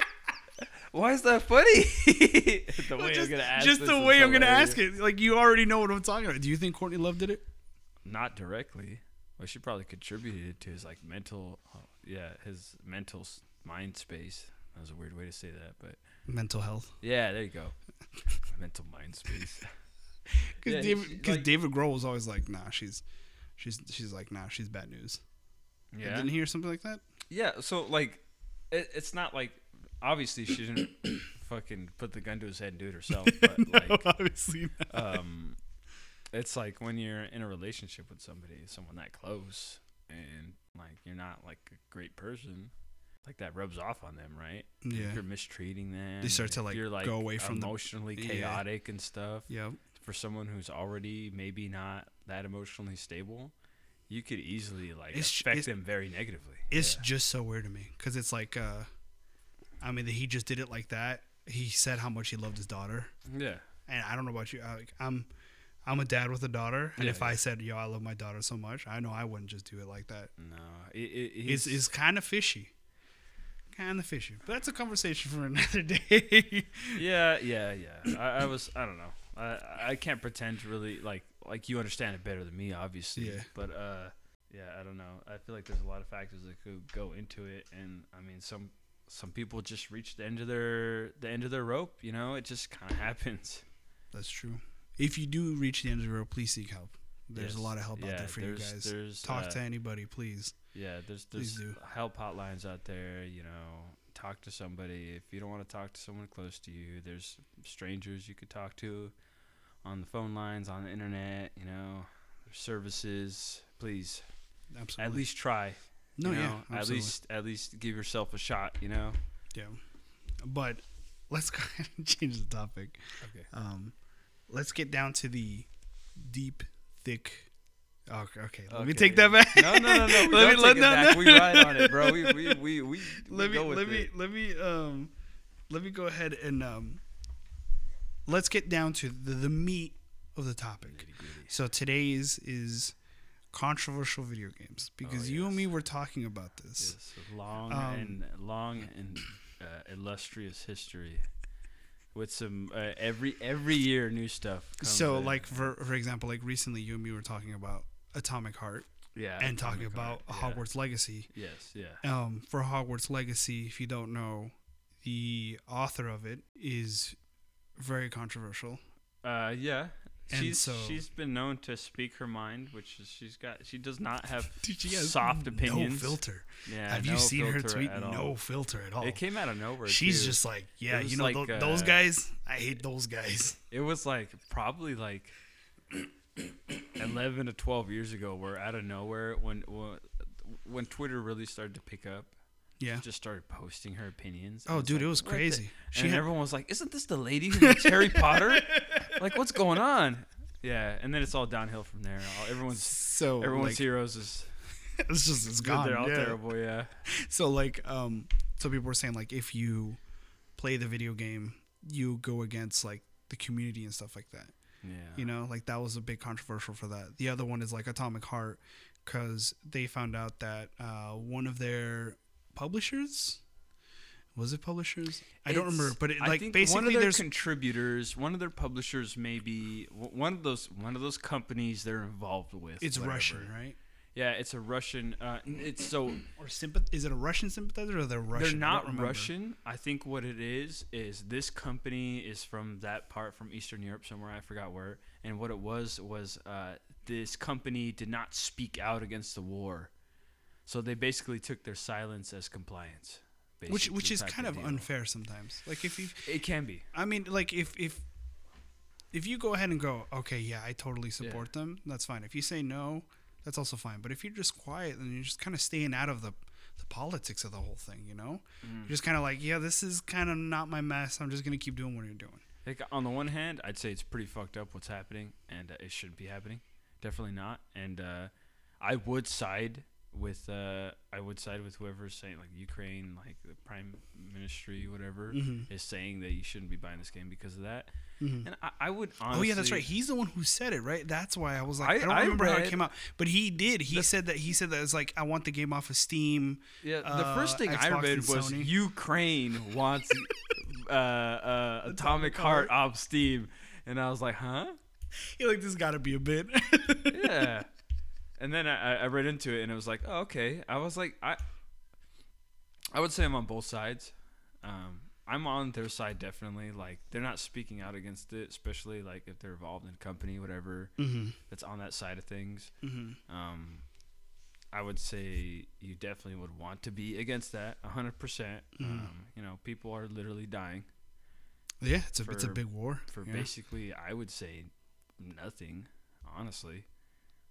S2: Why is that funny? the way
S1: just
S2: I'm gonna ask.
S1: just
S2: this
S1: the
S2: is
S1: way I'm gonna
S2: hilarious.
S1: ask it. Like you already know what I'm talking about. Do you think Courtney Love did it?
S2: Not directly. Well, she probably contributed to his like mental. Oh, yeah, his mental s- mind space. That was a weird way to say that, but
S1: Mental health.
S2: yeah, there you go. mental mind space.
S1: Because
S2: Yeah,
S1: David,
S2: she-
S1: 'cause
S2: like-
S1: David Grohl was always like, nah, she's, she's, she's like, nah, she's bad news. Yeah.
S2: Yeah.
S1: Didn't hear something like that.
S2: Yeah, so like, it, it's not like obviously she didn't fucking put the gun to his head and do it herself, but like,
S1: obviously. Not.
S2: um, it's like when you're in a relationship with somebody, someone that close, and like you're not like a great person, like that rubs off on them, right? If
S1: Yeah.
S2: you're mistreating them.
S1: They start to,
S2: if
S1: like,
S2: you're,
S1: go away from the-
S2: emotionally
S1: Yeah.
S2: chaotic and stuff.
S1: Yeah.
S2: For someone who's already maybe not that emotionally stable, you could easily like
S1: It's-
S2: affect
S1: it's-
S2: them very negatively.
S1: It's
S2: Yeah.
S1: just so weird to me because it's like, uh, I mean, he just did it like that. He said how much he loved his daughter,
S2: yeah.
S1: and I don't know about you. I, like, I'm, I'm a dad with a daughter, and
S2: Yeah,
S1: if I said, yo, I love my daughter so much, I know I wouldn't just do it like that.
S2: No, it, it,
S1: It's, it's kind of fishy. Kind of fishy, but that's a conversation for another day.
S2: yeah, yeah, yeah. I, I was, I don't know. I, I can't pretend to really like, like you understand it better than me, obviously.
S1: Yeah.
S2: But uh, yeah, I don't know. I feel like there's a lot of factors that could go into it, and I mean, some some people just reach the end of their the end of their rope. You know, it just kind of happens.
S1: That's true. If you do reach the end of the road, please seek help. There's a
S2: Yes.
S1: lot of help out
S2: Yeah,
S1: there for you
S2: there's-
S1: guys.
S2: there's,
S1: Talk
S2: uh,
S1: to anybody, please.
S2: Yeah, there's
S1: Please
S2: there's
S1: do.
S2: help hotlines out there. You know, talk to somebody if you don't want to talk to someone close to you. There's strangers you could talk to on the phone lines, on the internet. You know, there's services. Please,
S1: Absolutely.
S2: at least try.
S1: no,
S2: you
S1: yeah,
S2: know? at
S1: absolutely.
S2: least at least give yourself a shot. You know.
S1: yeah. But let's go ahead and change the topic.
S2: Okay.
S1: Um, let's get down to the deep, thick. Oh, okay, let me
S2: Okay.
S1: take that back.
S2: No, no, no, no. We let me, take it
S1: no,
S2: back.
S1: no.
S2: We ride on it, bro. We we we, we
S1: let
S2: we
S1: me
S2: go with
S1: let me
S2: it.
S1: let me um let me go ahead and um let's get down to the, the meat of the topic. So today's is controversial video games because you and
S2: Oh, yes.
S1: me were talking about this.
S2: Yes, a long
S1: Um,
S2: and long and uh, illustrious history with some uh, every every year new stuff. comes
S1: So
S2: in.
S1: like for for example, like recently you and me were talking about Atomic Heart
S2: yeah,
S1: and talking
S2: Atomic
S1: about
S2: Heart,
S1: Hogwarts Legacy.
S2: Yeah. Yes, yeah.
S1: um, for Hogwarts Legacy, if you don't know, the author of it is very controversial.
S2: Uh, yeah.
S1: And
S2: She's
S1: so-
S2: she's been known to speak her mind, which is she's got she does not have
S1: Dude, she has
S2: soft opinions.
S1: No filter.
S2: Yeah,
S1: Have you
S2: no
S1: seen her
S2: filter
S1: tweet?
S2: at all.
S1: No filter at all.
S2: It came out of nowhere.
S1: She's
S2: too.
S1: just like, yeah,
S2: It was
S1: you know,
S2: like,
S1: tho- those
S2: uh,
S1: guys. I hate those guys.
S2: It was like probably like eleven to twelve years ago, where out of nowhere, when when- when Twitter really started to pick up,
S1: Yeah.
S2: just started posting her opinions. and
S1: oh,
S2: it's
S1: dude,
S2: like,
S1: it was
S2: what the-
S1: crazy. She
S2: and
S1: had-
S2: everyone was like, "Isn't this the lady who makes Harry Potter? Like, what's going on?" Yeah, and then it's all downhill from there. All, everyone's
S1: so
S2: everyone's
S1: like,
S2: heroes is
S1: It's just it's gone.
S2: they're all
S1: yeah.
S2: terrible. Yeah,
S1: So like, um, so people were saying like, if you play the video game, you go against like the community and stuff like that.
S2: yeah.
S1: you know like that was a big controversial for that the other one is like atomic heart because they found out that uh, one of their publishers was it publishers i don't
S2: It's-
S1: remember but it
S2: I
S1: like
S2: think one of
S1: basically
S2: their
S1: there's
S2: contributors, one of their publishers, maybe one of those one of those companies they're involved with.
S1: it's
S2: whatever.
S1: russian right
S2: Yeah, it's a Russian. Uh, n- it's so
S1: or sympath- is it a russian sympathizer or they're russian
S2: they're
S1: I don't
S2: not
S1: remember.
S2: Russian. I think what it is is this company is from that part from Eastern Europe somewhere. I forgot where. And what it was was uh, this company did not speak out against the war, so they basically took their silence as compliance.
S1: which which
S2: basically
S1: is
S2: type
S1: kind of
S2: deal.
S1: unfair sometimes like if you
S2: It can be.
S1: i mean like if if if you go ahead and go okay yeah i totally support them that's fine if you say no that's also fine but if you're just quiet then you're just kind of staying out of the the politics of the whole thing you know
S2: Mm.
S1: you're just kind of like yeah this is kind of not my mess i'm just gonna keep doing what you're doing
S2: Like on the one hand, I'd say it's pretty fucked up what's happening, and uh, it shouldn't be happening. Definitely not. And uh, I would side with uh, I would side with whoever's saying like Ukraine, like the prime ministry, whatever,
S1: Mm-hmm.
S2: is saying that you shouldn't be buying this game because of that. And I, I would honestly.
S1: oh yeah that's right he's the one who said it right that's why i was like i,
S2: I-
S1: don't
S2: I
S1: remember how it
S2: read-
S1: came out but he did he said that he said that it's like i want the game off of steam
S2: Yeah, the
S1: uh,
S2: first thing I
S1: Xbox and
S2: read was
S1: Sony.
S2: Ukraine wants uh, uh, atomic, heart off Steam, and I was like, huh.
S1: you're like this gotta be a bit
S2: yeah. And then I, I- I read into it and it was like, oh, okay. I was like, I, I would say I'm on both sides. Um, I'm on their side definitely. Like they're not speaking out against it, especially like if they're involved in a company, whatever that's on that side of things. Um, I would say you definitely would want to be against that, hundred percent. Um, you know, people are literally dying
S1: yeah it's a it's a
S2: For-
S1: big war
S2: for
S1: yeah.
S2: basically I would say nothing, honestly.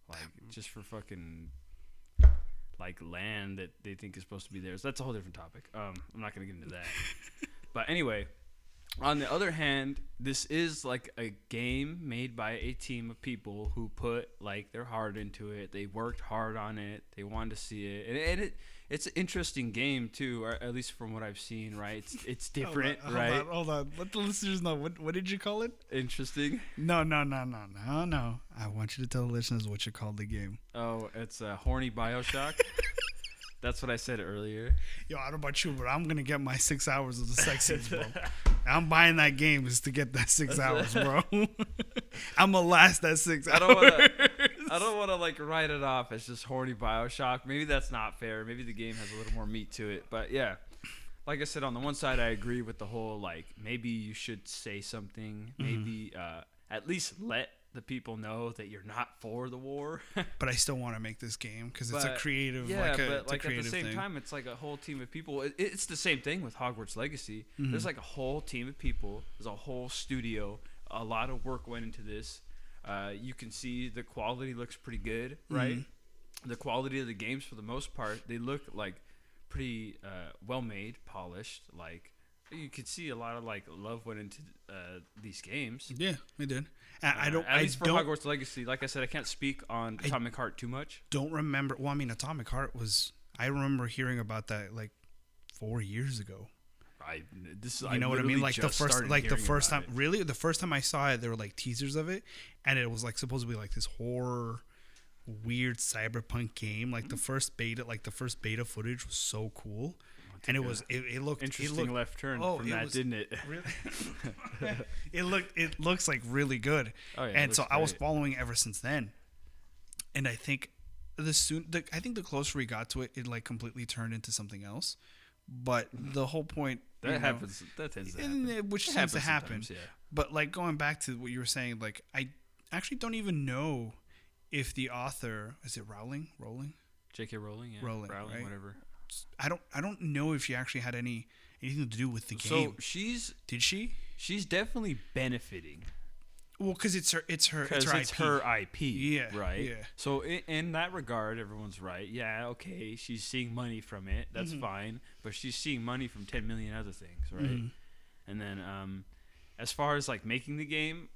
S2: Like
S1: Hmm.
S2: just for fucking like land that they think is supposed to be theirs. That's a whole different topic. Um, I'm not gonna get into that. but anyway, on the other hand, this is like a game made by a team of people who put like their heart into it. They worked hard on it. They wanted to see it, and, and it it's an interesting game too, or at least from what I've seen. Right? It's it's different,
S1: hold on,
S2: right?
S1: Hold on, hold on. Let the listeners know. What, what did you call it?
S2: Interesting.
S1: No, no, no, no, no, no. I want you to tell the listeners what you called the game.
S2: Oh, it's a horny Bioshock. That's what I said earlier.
S1: Yo, I don't know about you, but I'm gonna get my six hours of the sex scenes, bro. I'm buying that game is to get that six hours, bro. I'm gonna last that six
S2: I don't
S1: hours.
S2: want to. I don't want to like write it off as just horny Bioshock. Maybe that's not fair. Maybe the game has a little more meat to it. But yeah, like I said, on the one side, I agree with the whole like maybe you should say something. Maybe uh, at least let the people know that you're not for the war.
S1: But I still want to make this game because it's a
S2: But-
S1: creative,
S2: Yeah,
S1: like a,
S2: but
S1: it's a
S2: like at
S1: creative
S2: the same
S1: thing.
S2: time, it's like a whole team of people. It, it's the same thing with Hogwarts Legacy.
S1: Mm-hmm.
S2: There's like a whole team of people. There's a whole studio. A lot of work went into this. Uh, you can see the quality looks pretty good,
S1: Mm-hmm.
S2: right? The quality of the games, for the most part, they look like pretty uh, well made, polished. Like you could see a lot of like love went into uh, these games.
S1: yeah, I did. I, I don't.
S2: At
S1: I
S2: least for
S1: don't,
S2: Hogwarts Legacy, like I said, I can't speak on Atomic Heart too much.
S1: don't remember. Well, I mean, Atomic Heart was. I remember hearing about that like four years ago.
S2: I this
S1: You know what I
S2: literally
S1: mean? Like the
S2: just
S1: first,
S2: started
S1: like the
S2: hearing
S1: first
S2: about
S1: time,
S2: it.
S1: really, the first time I saw it, there were like teasers of it, and it was like supposed to be like this horror, weird cyberpunk game. Like the
S2: Mm-hmm.
S1: first beta, like the first beta footage was so cool, and it was it, it looked
S2: Oh, Interesting
S1: it looked,
S2: left turn
S1: oh,
S2: from
S1: it
S2: that,
S1: was-
S2: didn't it?
S1: Really? it looked it looks like really good.
S2: Oh, yeah, it
S1: and so
S2: looks
S1: I was
S2: great.
S1: following ever since then. And I think the soon the, I think the closer we got to it, it like completely turned into something else. But the whole point
S2: That
S1: you know,
S2: happens. That tends to happen.
S1: and it- which
S2: It
S1: seems to
S2: happens
S1: happen.
S2: sometimes, yeah.
S1: But like going back to what you were saying, like I actually don't even know if the author is it Rowling, Rowling.
S2: J.K. Rowling, yeah,
S1: Rowling, right?
S2: whatever.
S1: I don't I don't know if she actually had any anything to do with the
S2: So
S1: game.
S2: she's
S1: Did she?
S2: she's definitely benefiting
S1: Well, because it's her it's her it's
S2: because
S1: her
S2: it's
S1: IP.
S2: her IP,
S1: Yeah,
S2: right?
S1: yeah.
S2: So in, in that regard, everyone's right. Yeah, okay, she's seeing money from it. That's
S1: Mm-hmm.
S2: fine, but she's seeing money from ten million other things, right?
S1: Mm-hmm.
S2: And then, um, as far as like making the game.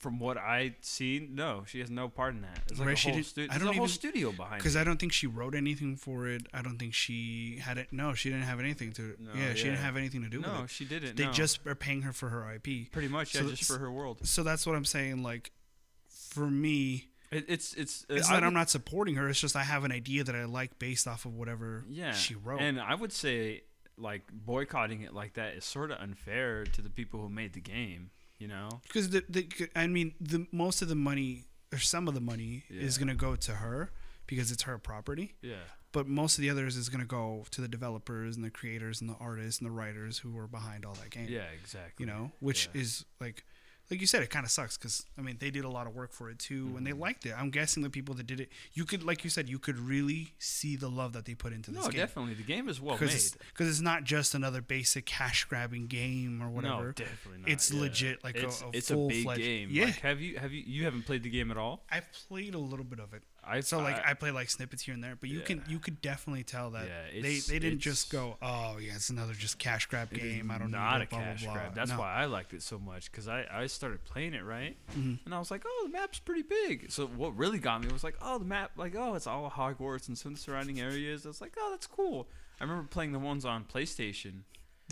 S2: From what I seen, no, she has no part in that. It's like
S1: Right,
S2: a
S1: she
S2: whole,
S1: didn't-
S2: stu-
S1: I
S2: there's a
S1: don't
S2: whole
S1: even-
S2: studio behind it.
S1: because I don't think she wrote anything for it. I don't think she had it. No, she didn't have anything to.
S2: No,
S1: yeah, she didn't
S2: yeah.
S1: have anything to do with
S2: No,
S1: it.
S2: she didn't.
S1: They
S2: no.
S1: just are paying her for her IP.
S2: pretty much yeah,
S1: so
S2: just
S1: it's-
S2: for her world.
S1: So that's what I'm saying. Like, for me,
S2: It, it's it's. uh,
S1: it's
S2: I
S1: not I'm
S2: would-
S1: not supporting her. It's just I have an idea that I like based off of whatever
S2: Yeah,
S1: she wrote.
S2: and I would say like boycotting it like that is sort of unfair to the people who made the game. You know,
S1: because the, the I mean the most of the money or some of the money is
S2: Yeah.
S1: gonna go to her because it's her property.
S2: yeah,
S1: But most of the others is gonna go to the developers and the creators and the artists and the writers who were behind all that game.
S2: yeah, exactly.
S1: you know, which
S2: Yeah.
S1: is like, like you said, it kind of sucks because I mean they did a lot of work for it too, and
S2: Mm-hmm.
S1: they liked it. I'm guessing the people that did it, you could, like you said, you could really see the love that they put into this
S2: no,
S1: game
S2: definitely the game is well Oh, made.
S1: because it's, 'cause it's not just another basic cash grabbing game or whatever.
S2: No, definitely not.
S1: It's
S2: yeah.
S1: legit, like a-
S2: it's,
S1: a
S2: it's a big
S1: full-fledged-
S2: game.
S1: Yeah.
S2: Like, have you have you you haven't played the game at all?
S1: I've played a little bit of it.
S2: I
S1: So like I play like snippets here and there, but you can
S2: Yeah.
S1: you could definitely tell that
S2: Yeah,
S1: they
S2: it's-
S1: they didn't just
S2: it's-
S1: go oh yeah it's another just cash grab
S2: It is
S1: game I don't know
S2: not
S1: blah,
S2: a
S1: blah,
S2: cash
S1: blah,
S2: grab.
S1: blah."
S2: That's
S1: No.
S2: why I liked it so much because I, I started playing it right,
S1: Mm-hmm.
S2: and I was like, oh, the map's pretty big. So what really got me was like, oh, the map, like oh, it's all Hogwarts and some surrounding areas. I was like, oh, that's cool. I remember playing the ones on PlayStation,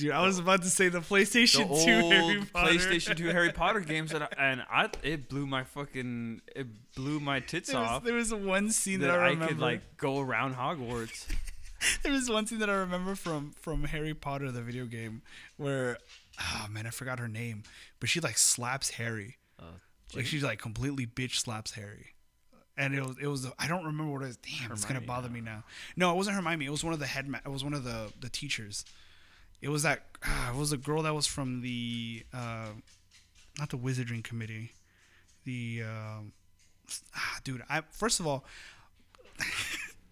S1: dude I was about to say the
S2: the
S1: PlayStation
S2: old
S1: Two Harry Potter
S2: PlayStation Two Harry Potter games, and I, and I it blew my fucking it blew my tits
S1: There was,
S2: off
S1: there was one scene that,
S2: that
S1: I
S2: I,
S1: remember.
S2: could like go around Hogwarts.
S1: there was one scene that I remember from from Harry Potter the video game where, oh man, I forgot her name, but she like slaps Harry,
S2: Uh,
S1: like she like completely bitch slaps Harry, and it was it was I don't remember what it was. Damn, it's gonna
S2: Hermione,
S1: bother me now. No, it wasn't Hermione. It was one of the head. Ma- it was one of the the teachers. It was that. ah, it was a girl that was from the, uh, not the wizarding committee, the. Um, ah, dude, I first of all,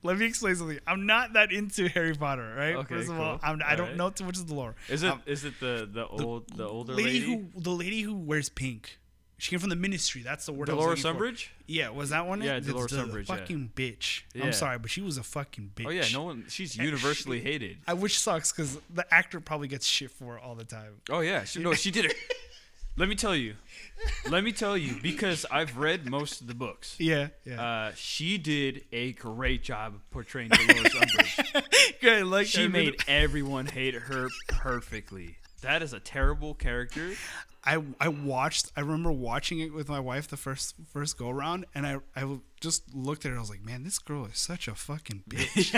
S1: let me explain something. I'm not that into Harry Potter, right?
S2: Okay,
S1: first of
S2: cool.
S1: all, I'm, I don't
S2: Alright.
S1: know too much of the lore.
S2: is it
S1: Um,
S2: is it the the old the older
S1: lady,
S2: lady?
S1: who the lady who wears pink? She came from the Ministry. That's the word.
S2: Dolores
S1: I was looking for.
S2: Umbridge?
S1: Yeah, was that one? it?
S2: Yeah,
S1: The-
S2: Dolores
S1: the
S2: Umbridge, yeah.
S1: Fucking bitch.
S2: Yeah.
S1: I'm sorry, but she was a fucking bitch.
S2: Oh yeah, no one. She's
S1: she-
S2: universally hated.
S1: I which sucks because the actor probably gets shit for it all the time.
S2: Oh yeah, she, no, she did it. Let me tell you. Let me tell you because I've read most of the books.
S1: Yeah, yeah.
S2: Uh, she did a great job portraying Dolores Umbridge.
S1: Okay, like uh,
S2: She made everyone hate her perfectly. That is a terrible character.
S1: I I watched. I remember watching it with my wife the first first go round, and I I just looked at her. I was like, man, this girl is such a fucking bitch.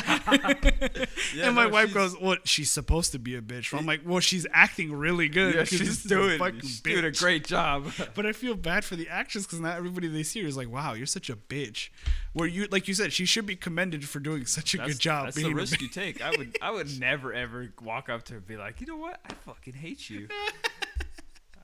S2: Yeah,
S1: and my
S2: no,
S1: wife
S2: she's-
S1: goes, well, she's supposed to be a bitch. I'm like, well, she's acting really good.
S2: Yeah,
S1: 'cause this
S2: she's
S1: is a
S2: doing,
S1: fucking
S2: she's doing a
S1: bitch."
S2: great job.
S1: But I feel bad for the actress because not everybody they see her is like, wow, you're such a bitch. Where you, like you said, she should be commended for doing such a good job.
S2: That's
S1: being
S2: the
S1: a
S2: risk
S1: bitch.
S2: you take. I would, I would never ever walk up to her and be like, you know what? I fucking hate you.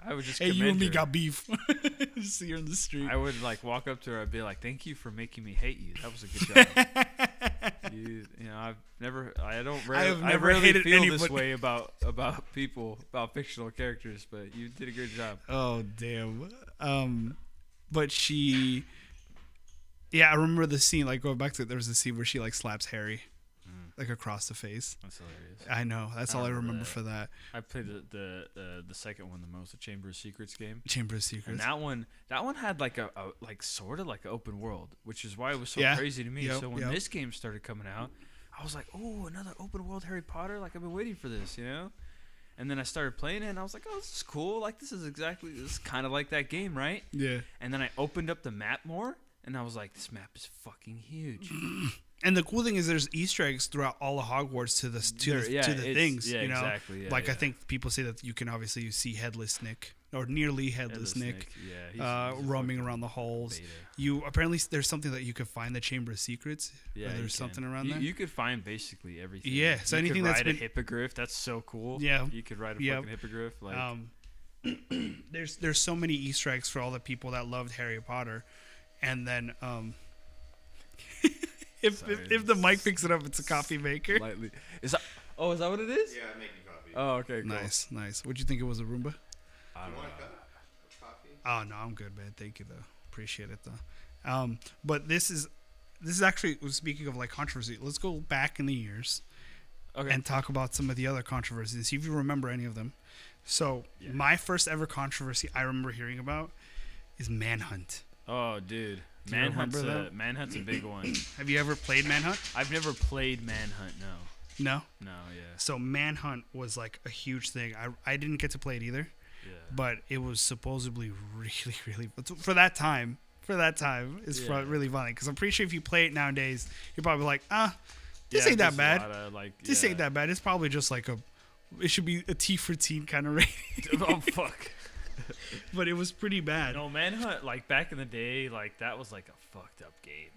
S2: I would just
S1: Hey, you and
S2: commend
S1: me
S2: her.
S1: got beef. see her in the street.
S2: I would like walk up to her. I'd be like, "Thank you for making me hate you. That was a good job." you, you know, I've never, I don't, rare, I
S1: have never
S2: rarely
S1: hated
S2: feel this
S1: anybody.
S2: way about about people, about fictional characters. But you did a good job.
S1: Oh damn. Um but she Yeah, I remember the scene, like going back to it, there was a scene where she like slaps Harry. Like across the face.
S2: That's hilarious.
S1: I know. That's
S2: Mm. I
S1: all I
S2: remember
S1: remember
S2: that.
S1: for that.
S2: I played the the uh, the second one the most, the Chamber of Secrets game.
S1: Chamber of
S2: And
S1: Secrets.
S2: that one, that one had like a, a like sort of like an open world, which is why it was so
S1: Yeah.
S2: crazy to me.
S1: Yep,
S2: so when
S1: yep.
S2: this game started coming out, I was like, "Oh, another open world Harry Potter! Like I've been waiting for this, you know." And then I started playing it, and I was like, "Oh, this is cool! Like this is exactly this is kind of like that game, right?"
S1: yeah.
S2: And then I opened up the map more, and I was like, "This map is fucking huge."
S1: And the cool thing is there's Easter eggs throughout all of Hogwarts to the to
S2: There-
S1: the,
S2: yeah,
S1: to the
S2: it's-
S1: things.
S2: yeah,
S1: you know?
S2: exactly, yeah,
S1: like I
S2: yeah.
S1: think people say that you can obviously see headless Nick or nearly headless,
S2: Headless
S1: Nick.
S2: Nick, yeah, he's-
S1: uh,
S2: he's a
S1: roaming
S2: fucking
S1: around the halls.
S2: beta.
S1: You apparently there's something that you could find the Chamber of Secrets.
S2: Yeah,
S1: or
S2: you
S1: there's
S2: can.
S1: something around
S2: you,
S1: there.
S2: You could find basically everything.
S1: Yeah, so
S2: You could
S1: anything that's
S2: ride a
S1: been-
S2: hippogriff. That's so cool.
S1: Yeah.
S2: you could ride a
S1: Yep.
S2: fucking hippogriff. Like,
S1: um, there's there's so many Easter eggs for all the people that loved Harry Potter, and then um, if,
S2: Sorry.
S1: if if the mic picks it up, it's a coffee maker.
S2: lightly. Is that? Oh, is that what it is?
S3: I'm making coffee.
S2: Oh, okay, cool.
S1: Nice, nice. Would you think it was a Roomba?
S2: I don't know.
S3: coffee?
S1: Oh no, I'm good, man. Thank you though. Appreciate it though. Um, but this is this is actually speaking of like controversy. Let's go back in the years.
S2: Okay.
S1: and talk about some of the other controversies, see if you remember any of them. So,
S2: Yeah.
S1: my first ever controversy I remember hearing about is Manhunt.
S2: oh, dude,
S1: Do you
S2: Manhunt's a
S1: remember that?
S2: Manhunt's a big one.
S1: Have you ever played Manhunt?
S2: I've never played Manhunt. No,
S1: No.
S2: no, yeah,
S1: So, Manhunt was like a huge thing. I, I didn't get to play it either,
S2: yeah.
S1: but it was supposedly really, really, for that time, for that time, it's
S2: Yeah.
S1: probably really violent. Because I'm pretty sure if you play it nowadays, you're probably like, ah, this
S2: Yeah,
S1: ain't
S2: there's
S1: that
S2: a
S1: bad.
S2: lot of, like,
S1: This
S2: yeah.
S1: ain't that bad. It's probably just like a, it should be a T for teen kind of rating,
S2: oh fuck.
S1: but it was pretty bad.
S2: No, Manhunt. Like back in the day, like that was like a fucked up game.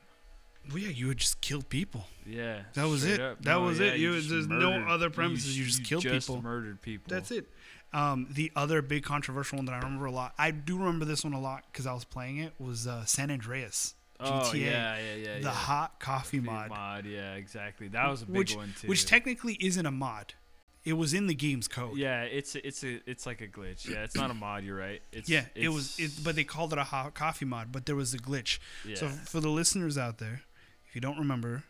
S1: Well, yeah, you would just kill people.
S2: Yeah,
S1: That was
S2: straight
S1: it.
S2: up.
S1: That
S2: No,
S1: was
S2: yeah,
S1: it.
S2: You
S1: You-
S2: just
S1: there's no
S2: murdered-
S1: other premises. You just killed people.
S2: Murdered people.
S1: That's it. Um, the other big controversial one that I remember a lot, I do remember this one a lot because I was playing it, was uh, San Andreas.
S2: Oh yeah, yeah, yeah.
S1: The
S2: yeah.
S1: hot coffee mod.
S2: mod. Yeah, exactly. That was a big
S1: which,
S2: one too.
S1: which technically isn't a mod. It was in the game's code.
S2: Yeah, it's it's a it's like a glitch. Yeah, it's not a mod. You're right. It's,
S1: Yeah, it was, it,
S2: it's-
S1: but they called it a hot coffee mod, but there was a glitch. So
S2: Yeah.
S1: for the listeners out there, if you don't remember,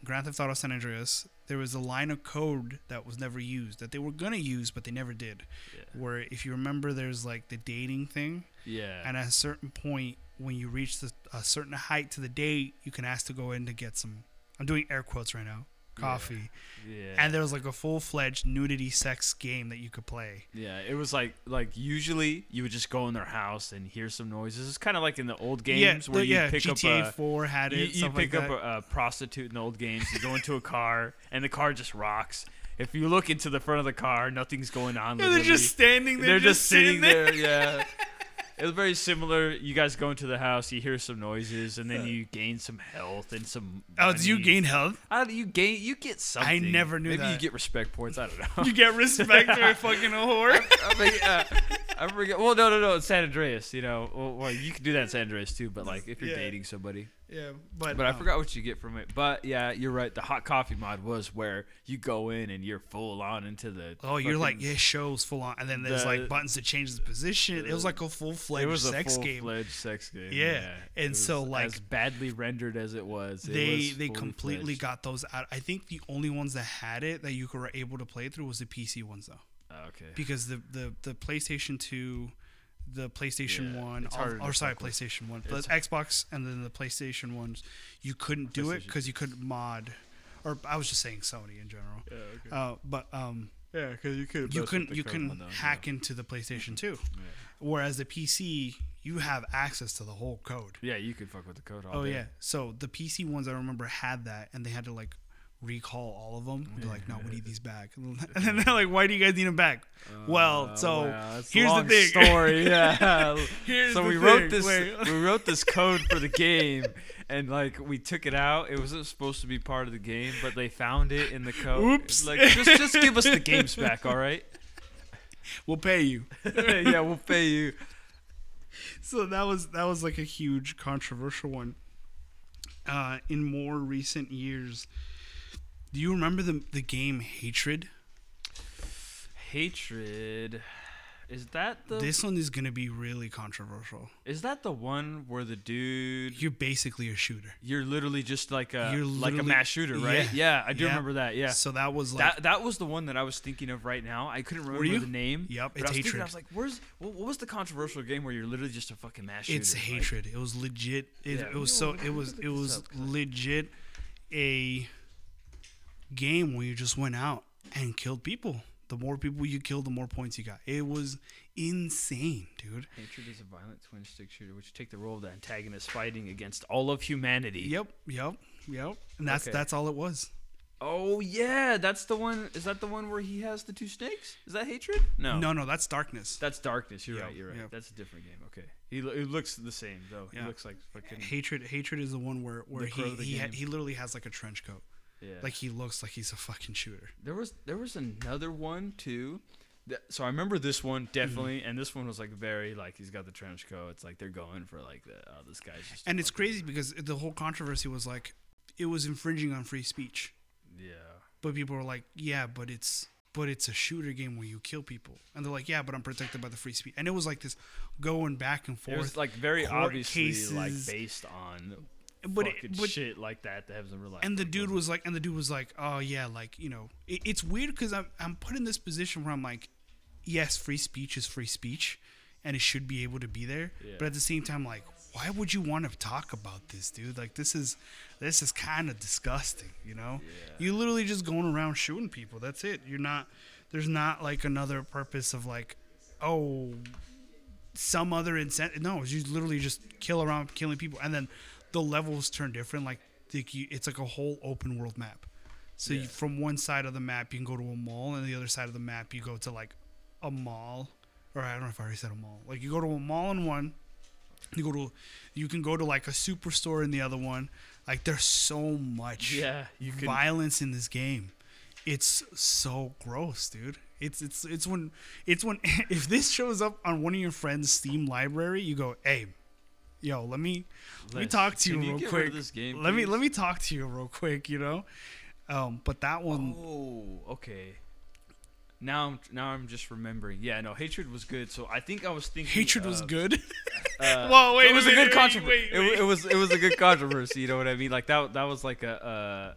S1: in Grand Theft Auto San Andreas, there was a line of code that was never used that they were gonna use, but they never did.
S2: Yeah.
S1: Where if you remember, there's like the dating thing,
S2: yeah.
S1: and at a certain point, when you reach the, a certain height to the date, you can ask to go in to get some. I'm doing air quotes right now. Coffee,
S2: yeah.
S1: and there was like a full fledged nudity sex game that you could play.
S2: yeah, it was like like usually you would just go in their house and hear some noises. It's kind of like in the old games
S1: yeah,
S2: where
S1: the-
S2: you
S1: yeah,
S2: pick
S1: GTA
S2: up a
S1: 4 had it.
S2: you, you
S1: stuff like
S2: pick up
S1: that.
S2: a, a prostitute in the old games. You go into a car and the car just rocks. If you look into the front of the car, nothing's going on.
S1: Yeah, they're
S2: literally.
S1: just standing there.
S2: they're just sitting there. Yeah. It was very similar. You guys go into the house, you hear some noises, and then you gain some health and some.
S1: Oh, do Uh, you
S2: money.
S1: gain health?
S2: I don't- you gain, you get something.
S1: never knew
S2: Maybe you
S1: that.
S2: get respect points. I don't know.
S1: You get respect for fucking a whore.
S2: I, mean, uh, I forget. Well, no, no, no. It's San Andreas. You know, well, well, you can do that in San Andreas too. But like, if you're
S1: Yeah.
S2: dating somebody,
S1: Yeah, but
S2: but I
S1: um,
S2: forgot what you get from it. But yeah, you're right. The hot coffee mod was where you go in and you're full on into the.
S1: Oh, you're like
S2: fucking-
S1: yeah, shows full on, and then there's
S2: The-
S1: like buttons to change the position. it was like a full
S2: It
S1: fledged
S2: was a
S1: sex game.
S2: full-fledged sex game.
S1: Yeah,
S2: It
S1: and
S2: was
S1: so, like,
S2: as badly rendered as it was, it
S1: They
S2: was
S1: they
S2: fully
S1: completely
S2: fledged.
S1: got those out. I think the only ones that had it that you were able to play through was the PC ones though,
S2: Oh, okay.
S1: because the the the PlayStation two. The PlayStation
S2: Yeah,
S1: One,
S2: it's
S1: all-
S2: harder to
S1: or sorry,
S2: fuck with.
S1: PlayStation One, but Xbox, and then the PlayStation ones, you couldn't do it
S2: PlayStation.
S1: because you couldn't mod, or I was just saying Sony in general. Uh, but um,
S2: Yeah, because you could.
S1: you can you can hack into the PlayStation
S2: Mm-hmm.
S1: 2. Whereas the PC, you have access to the whole code.
S2: Yeah. you could fuck with the code. All
S1: Oh
S2: day.
S1: yeah. So the PC ones I remember had that, and they had to like recall all of them. They're like, no, we need these back. And then they're like, why do you guys need them back? well,
S2: Uh,
S1: Oh, so
S2: wow, it's a
S1: here's the
S2: long
S1: thing.
S2: Story, yeah.
S1: Here's
S2: so
S1: the
S2: we wrote
S1: thing,
S2: this.
S1: wait.
S2: we wrote this code for the game, and like we took it out. It wasn't supposed to be part of the game, but they found it in the code.
S1: Oops.
S2: Like just just give us the games back, all right?
S1: we'll pay you.
S2: yeah, we'll pay you.
S1: so that was that was like a huge controversial one. Uh, in more recent years, do you remember the the game Hatred?
S2: Hatred. Is that the
S1: This one is gonna be really controversial.
S2: is that the one where the dude
S1: You're basically a shooter.
S2: you're literally just like a
S1: You're
S2: Uh, like a
S1: literally-
S2: mass shooter, right?
S1: yeah,
S2: Yeah, I do
S1: yeah.
S2: remember that. Yeah.
S1: So that was like
S2: That, that was the one that I was thinking of right now. I couldn't remember
S1: you?
S2: the name.
S1: Yep, it's
S2: but I was Thinking,
S1: Hatred.
S2: I was like, "Where's what, what was the controversial game where you're literally just a fucking mass shooter?"
S1: it's
S2: Like,
S1: hatred. it was legit. It,
S2: Yeah.
S1: it was so. It was. It was
S2: up, 'cause
S1: legit. A game where you just went out and killed people. The more people you killed, the more points you got. It was insane, dude.
S2: Hatred is a violent twin stick shooter which take the role of the antagonist fighting against all of humanity.
S1: Yep, yep, yep. And that's
S2: Okay.
S1: that's all it was.
S2: Oh yeah, that's the one. Is that the one where he has the two snakes? Is that Hatred? No.
S1: No, no, that's darkness.
S2: That's darkness. You're
S1: Yeah,
S2: right. You're right.
S1: yeah.
S2: That's a different game. Okay. He, lo- he looks the same though.
S1: Yeah.
S2: He looks like fucking
S1: hatred, hatred is the one where where
S2: The crow
S1: he
S2: of the
S1: he, ha-
S2: game.
S1: he literally has like a trench coat.
S2: yeah.
S1: Like he looks like he's a fucking shooter.
S2: There was there was another one too. that- so I remember this
S1: Hmm.
S2: one definitely, and this one was like very like he's got the trench coat. It's like they're going for like the oh this guy's just a
S1: And it's
S2: fucking-
S1: crazy because the whole controversy was like, it was infringing on free speech.
S2: yeah
S1: but people are like, yeah, but it's but it's a shooter game where you kill people, and they're like, yeah, but I'm protected by the free speech, and it was like this going back and
S2: it was
S1: forth,
S2: like very
S1: court
S2: obviously like
S1: cases.
S2: based on
S1: But it-
S2: fucking
S1: but-
S2: shit like that that happens in real life.
S1: and the
S2: like,
S1: dude
S2: those-
S1: was like, and the dude was like, oh yeah, like you know, it, it's weird because I'm I'm put in this position where I'm like, yes, free speech is free speech, and it should be able to be there,
S2: Yeah.
S1: but at the same time, like, why would you want to talk about this, dude? Like this is this is kind of disgusting, you know?
S2: Yeah.
S1: You literally just going around shooting people. That's it. You're not. There's not like another purpose of like, oh, some other incentive. No, it's you literally just kill around killing people, and then the levels turn different. Like like you, it's like a whole open world map. So you,
S2: Yeah.
S1: from one side of the map you can go to a mall, and the other side of the map you go to like a mall, or I don't know if I already said a mall. Like you go to a mall in one, you go to, you can go to like a superstore in the other one. Like there's so much
S2: yeah you could
S1: violence in this game. It's so gross, dude. It's it's it's when it's when if this shows up on one of your friends' Steam library, you go, hey, yo, let me let me
S2: Let's-
S1: talk to you
S2: can
S1: real
S2: you get
S1: quick.
S2: rid of this game,
S1: let me
S2: please?"
S1: let me talk to you real quick, you know. Um, but that one,
S2: Oh, okay. Now I'm now I'm just remembering. Yeah, no, hatred was good. So I think I was thinking
S1: hatred was
S2: of-
S1: good.
S2: Uh,
S1: Whoa, wait
S2: it was
S1: a
S2: a
S1: minute,
S2: good
S1: wait,
S2: controversy.
S1: wait, wait.
S2: It, it was it was a good controversy. You know what I mean? Like that that was like a uh,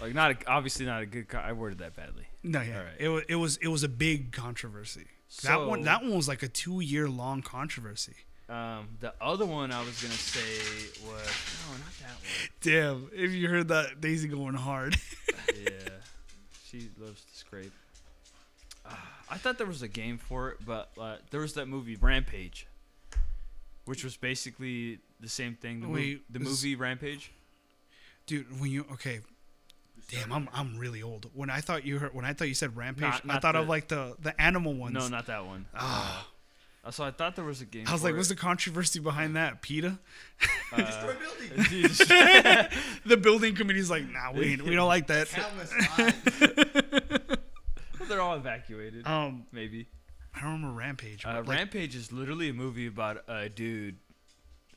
S2: like not a, obviously not a good. Co- I worded that badly.
S1: no, yeah,
S2: All right.
S1: it was it was it was a big controversy. that one
S2: So-
S1: that one was like a two year long controversy.
S2: Um, the other one I was gonna say was no, not that
S1: Damn, if you heard that, Daisy going hard.
S2: one. Yeah, she loves to scrape. Uh, I thought there was a game for it, but uh, there was that movie Rampage, which was basically the same thing. The, mov-
S1: Wait,
S2: the
S1: is-
S2: movie Rampage.
S1: dude when you okay damn i'm i'm really old when i thought you heard when i thought you said rampage
S2: Not-
S1: i
S2: not
S1: thought of
S2: the-
S1: like the the animal ones
S2: No, not that one.
S1: Ah.
S2: Uh, so I thought there was a game.
S1: i was like
S2: for
S1: what's
S2: it.
S1: the controversy behind that peta
S3: Destroy buildings.
S2: Jesus.
S1: the building committee's like nah we ain't- we don't like that
S3: Countless lives.
S2: They're all evacuated.
S1: um
S2: Maybe.
S1: i don't remember rampage
S2: Uh,
S1: but, like,
S2: Rampage is literally a movie about a dude,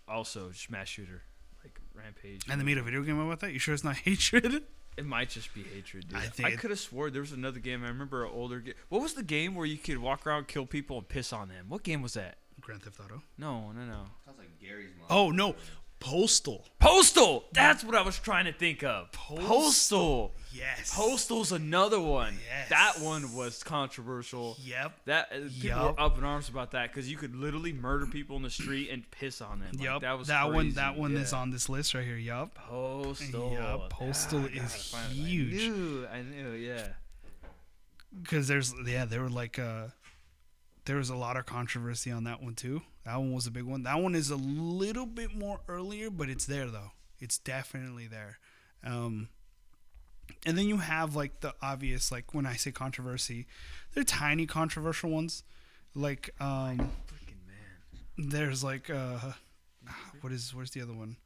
S2: also smash shooter. Like Rampage.
S1: and they made a video game about that you sure it's not hatred
S2: it might just be hatred, dude.
S1: I
S2: I,
S1: think it-
S2: could have swore there was another game. I remember an older game. What was the game where you could walk around, kill people, and piss on them? What game was that?
S1: grand theft auto
S2: No, no, no.
S3: Sounds like Gary's mom.
S1: oh no postal
S2: Postal. That's what I was trying to think of. Postal.
S1: yes
S2: Postal's another one.
S1: Yes.
S2: That one was controversial.
S1: yep
S2: That uh, people
S1: Yup.
S2: were up in arms about that because you could literally murder people in the street and piss on them. Like,
S1: yep
S2: that was
S1: one
S2: crazy.
S1: that one
S2: yeah.
S1: that's on this list right here yep
S2: Postal.
S1: Yup, Postal
S2: Ah, I
S1: is
S2: gotta find it.
S1: huge.
S2: I knew, I knew, yeah.
S1: because there's yeah there were like uh there was a lot of controversy on that one too that one was a big one that one is a little bit more earlier but it's there though it's definitely there um and then you have like the obvious like when i say controversy they're tiny controversial ones like um
S4: Freaking man.
S1: there's like uh what is where's the other one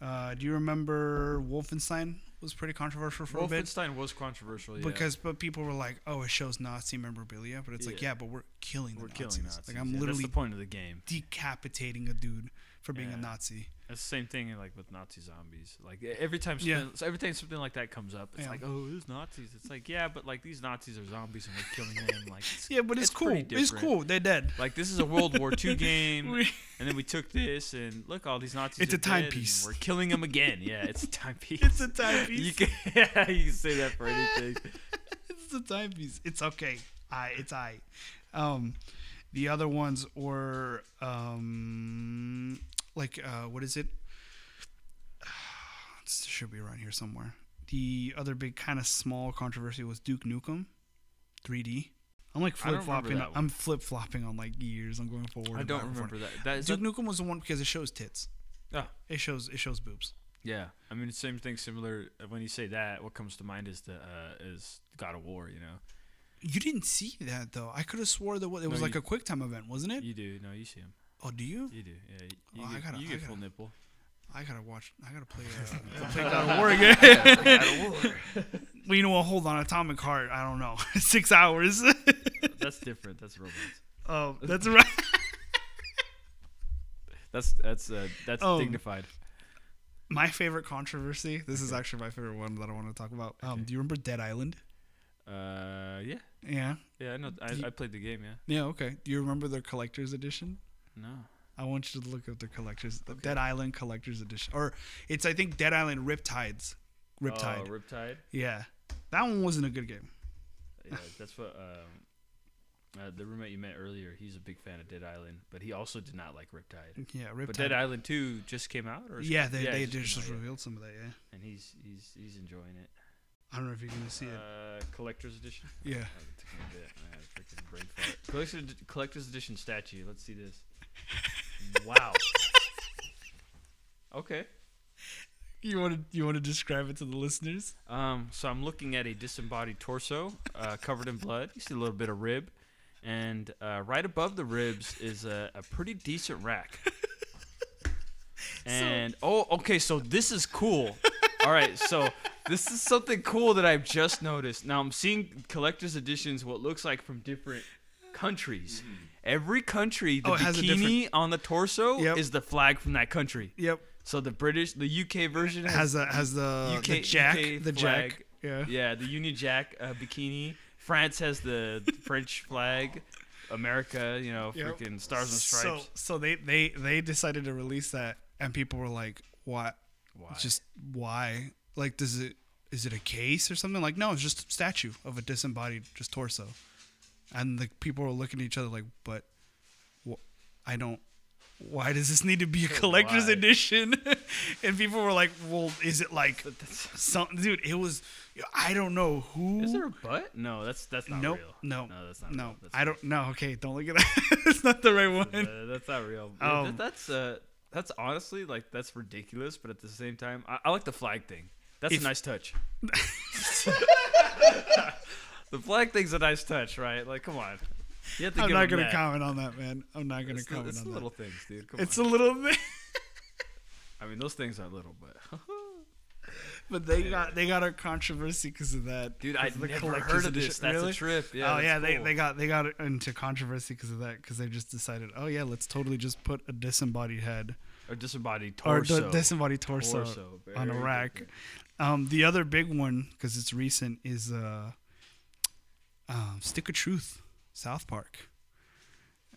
S1: uh do you remember wolfenstein was pretty controversial for a bit
S2: Wolfenstein was controversial, yeah.
S1: because but people were like, "Oh, it shows Nazi memorabilia," but it's like,
S4: Yeah.
S1: "Yeah, but we're killing the
S4: We're
S1: Nazis.
S4: killing Nazis.
S1: Like I'm
S4: yeah,
S1: literally
S4: that's the point of the game.
S1: decapitating a dude for being
S4: Yeah.
S1: a Nazi."
S2: it's the same thing like with Nazi zombies. Like e- every time,
S1: Yeah.
S2: something, so every time something like that comes up, it's
S1: Yeah.
S2: like, oh, there's Nazis. It's like, yeah, but like these Nazis are zombies and we're killing them. Like, it's,
S1: Yeah, but it's, cool.
S2: pretty
S1: It's
S2: different.
S1: cool. They're dead.
S2: Like this is a World War II game,
S1: We-
S2: and then we took this and look, all these Nazis.
S1: It's
S2: are
S1: a time
S2: dead, and
S1: piece.
S2: We're killing them again. Yeah, it's a timepiece.
S1: It's a timepiece.
S2: You can, yeah, you can say that for anything.
S1: it's a timepiece. It's okay. I it's I. Um, the other ones were um like uh what is it? It should be around here somewhere. The other big kind of small controversy was Duke Nukem, 3D. I'm like
S2: I don't
S1: flip
S2: remember
S1: flopping.
S2: that one.
S1: I'm flip flopping on like years. I'm going forward.
S2: I
S1: and
S2: don't
S1: backward.
S2: remember that. That is
S1: Duke
S2: that,
S1: Nukem was the one because it shows tits.
S2: Ah.
S1: It shows it shows boobs.
S2: yeah. I mean, same thing. Similar. uh, When you say that, what comes to mind is the uh, is God of War. You know,
S1: You didn't see that though. I could have swore that what, it
S2: No,
S1: was like
S2: you-
S1: a quick time event, wasn't it?
S2: you do. No, you see him.
S1: oh, do you?
S2: You do. Yeah. You,
S1: Oh, I
S2: you, get,
S1: gotta-
S2: you
S1: I
S2: get
S1: gotta-
S2: full nipple.
S1: I gotta watch. I gotta play. Uh, play God of War again. well, you know what? Hold on, Atomic Heart. I don't know. Six hours.
S2: That's different. That's robots.
S1: oh, that's right.
S2: That's that's uh, that's
S1: Um,
S2: dignified.
S1: My favorite controversy. This is actually my favorite one that I want to talk about. Um,
S2: Okay.
S1: Do you remember Dead Island?
S2: Uh, yeah.
S1: Yeah.
S2: Yeah, I know. I,
S1: You-
S2: I played the game. Yeah.
S1: Yeah. Okay. Do you remember their collector's edition?
S2: No.
S1: I want you to look up their collectors. The Dead Island collector's edition, or it's I think Dead Island Riptides. Riptide.
S2: Oh, Riptide.
S1: yeah. That one wasn't a good game.
S2: Yeah, that's what um, uh, the roommate you met earlier. He's a big fan of Dead Island, but he also did not like Riptide.
S1: Yeah,
S2: But
S1: Mm, Riptide.
S2: Dead Island Two just came out, or is-
S1: yeah, they,
S2: it
S1: they
S2: came
S1: just,
S2: out, yeah.
S1: revealed some of that. Yeah,
S2: and he's he's he's enjoying it.
S1: I don't know if you're gonna see it.
S2: Uh, collector's edition.
S1: Yeah.
S2: Oh, it took me a bit. I had a freaking brain fart. Collector's, collector's edition statue. Let's see this. Wow. Okay.
S1: You want to you want to describe it to the listeners?
S2: Um, so I'm looking at a disembodied torso uh, covered in blood. You see a little bit of rib, and uh, right above the ribs is a, a pretty decent rack. And oh, okay, so this is cool. All right, so this is something cool that I've just noticed. Now I'm seeing collector's editions, what looks like from different countries. Every country, the
S1: Mm-hmm. Oh, it has a
S2: bikini on the torso
S1: Yep.
S2: is the flag from that country.
S1: Yep.
S2: So the British, the UK version
S1: Has
S2: has
S1: the has the,
S2: UK
S1: Uh, the jack
S2: UK
S1: the
S2: flag.
S1: jack. Yeah.
S2: yeah, the Union Jack uh, bikini. France has the French flag. America, you know,
S1: Yep.
S2: freaking stars and
S1: So
S2: stripes.
S1: so they they they decided to release that, and people were like, "What?
S2: Why?
S1: Just why? Like, does it is it a case or something? Like, no, it's just a statue of a disembodied just torso." And the people were looking at each other like, "But, wh- I don't." Why does this need to be a collector's
S2: why?
S1: edition? and people were like, "Well, is it like
S2: But that's-
S1: something, dude? It was, I don't know who.
S2: is there a butt? No, that's that's not
S1: Nope,
S2: real.
S1: no,
S2: no, that's not
S1: no,
S2: real.
S1: I don't know. Okay, don't look at that. it's not the right one.
S2: Uh, that's not real.
S1: Um,
S2: That- that's uh, that's honestly like that's ridiculous. But at the same time, I, I like the flag thing. That's
S1: If-
S2: a nice touch. the flag thing's a nice touch, right? Like, come on. You have to
S1: I'm
S2: give
S1: not
S2: 'em
S1: gonna
S2: that.
S1: comment on that, man. I'm not gonna
S2: It's, the-
S1: comment
S2: it's
S1: on
S2: the
S1: that.
S2: little things, dude. Come
S1: it's
S2: on.
S1: a little bit,
S2: I mean, those things are little, but
S1: but they got they got a controversy because of that.
S2: Dude,
S1: 'cause
S2: I
S1: of the
S2: never
S1: collector's
S2: heard of this.
S1: edition.
S2: That's
S1: Really?
S2: a trip. Yeah,
S1: oh yeah,
S2: that's
S1: they,
S2: cool.
S1: they got they got into controversy because of that because they just decided, oh yeah, let's totally just put a disembodied head
S2: or disembodied
S1: or
S2: torso.
S1: the disembodied torso,
S2: Torso,
S1: on a
S2: very
S1: rack.
S2: different.
S1: Um, the other big one because it's recent is uh, um, Stick of Truth, South Park.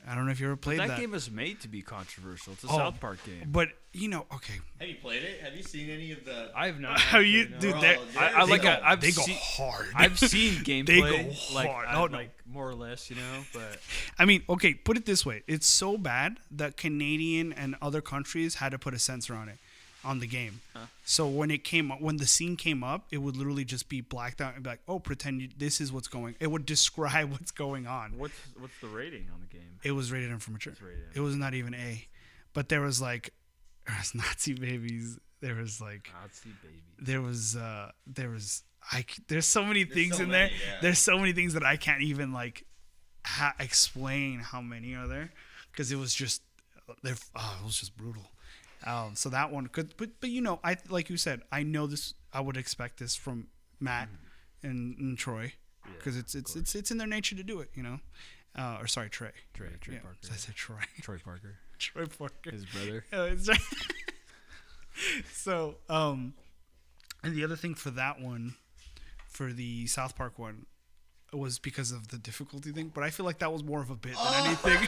S1: I don't know if you ever played
S2: that,
S1: that,
S2: game is made to be controversial. It's a
S1: Oh,
S2: South Park game.
S1: but you know, okay,
S3: Have you played it? Have you seen any of the?
S2: I have not.
S1: how you
S2: actually, no.
S1: dude
S3: Bro,
S1: that?
S3: I-
S2: I
S3: they
S2: like.
S3: go-
S2: I, I've
S1: they go
S2: seen.
S1: hard.
S2: I've seen gameplay.
S1: They go
S2: Like,
S1: hard. Oh,
S2: I-
S1: No, no.
S2: like more or less, you know. But
S1: I mean, okay, put it this way: it's so bad that Canadian and other countries had to put a censor on it. on the game. So when it came up, when the scene came up, it would literally just be blacked out and be like, "Oh, pretend you, this is what's going." It would describe what's going on.
S2: What's what's the rating on the game?
S1: It was rated M for mature.
S2: rated M.
S1: It was not even A, but there was like, there was Nazi babies. There was like,
S2: Nazi baby.
S1: there was uh there was I c- there's so many things
S3: so
S1: in
S3: many,
S1: there.
S3: yeah.
S1: There's so many things that I can't even like ha- explain how many are there because it was just they're oh, it was just brutal. Um, so that one could but but you know I like you said I know this I would expect this from Matt and, and Troy because it's it's it's it's in their nature to do it you know uh, or sorry Trey
S5: Trey, Trey
S1: yeah,
S5: Parker.
S1: I said Troy
S5: Troy Parker.
S1: Troy Parker
S5: His brother.
S1: Oh, it's right. so, um, and the other thing for that one, for the South Park one, was because of the difficulty thing. But I feel like that was more of a bit than anything.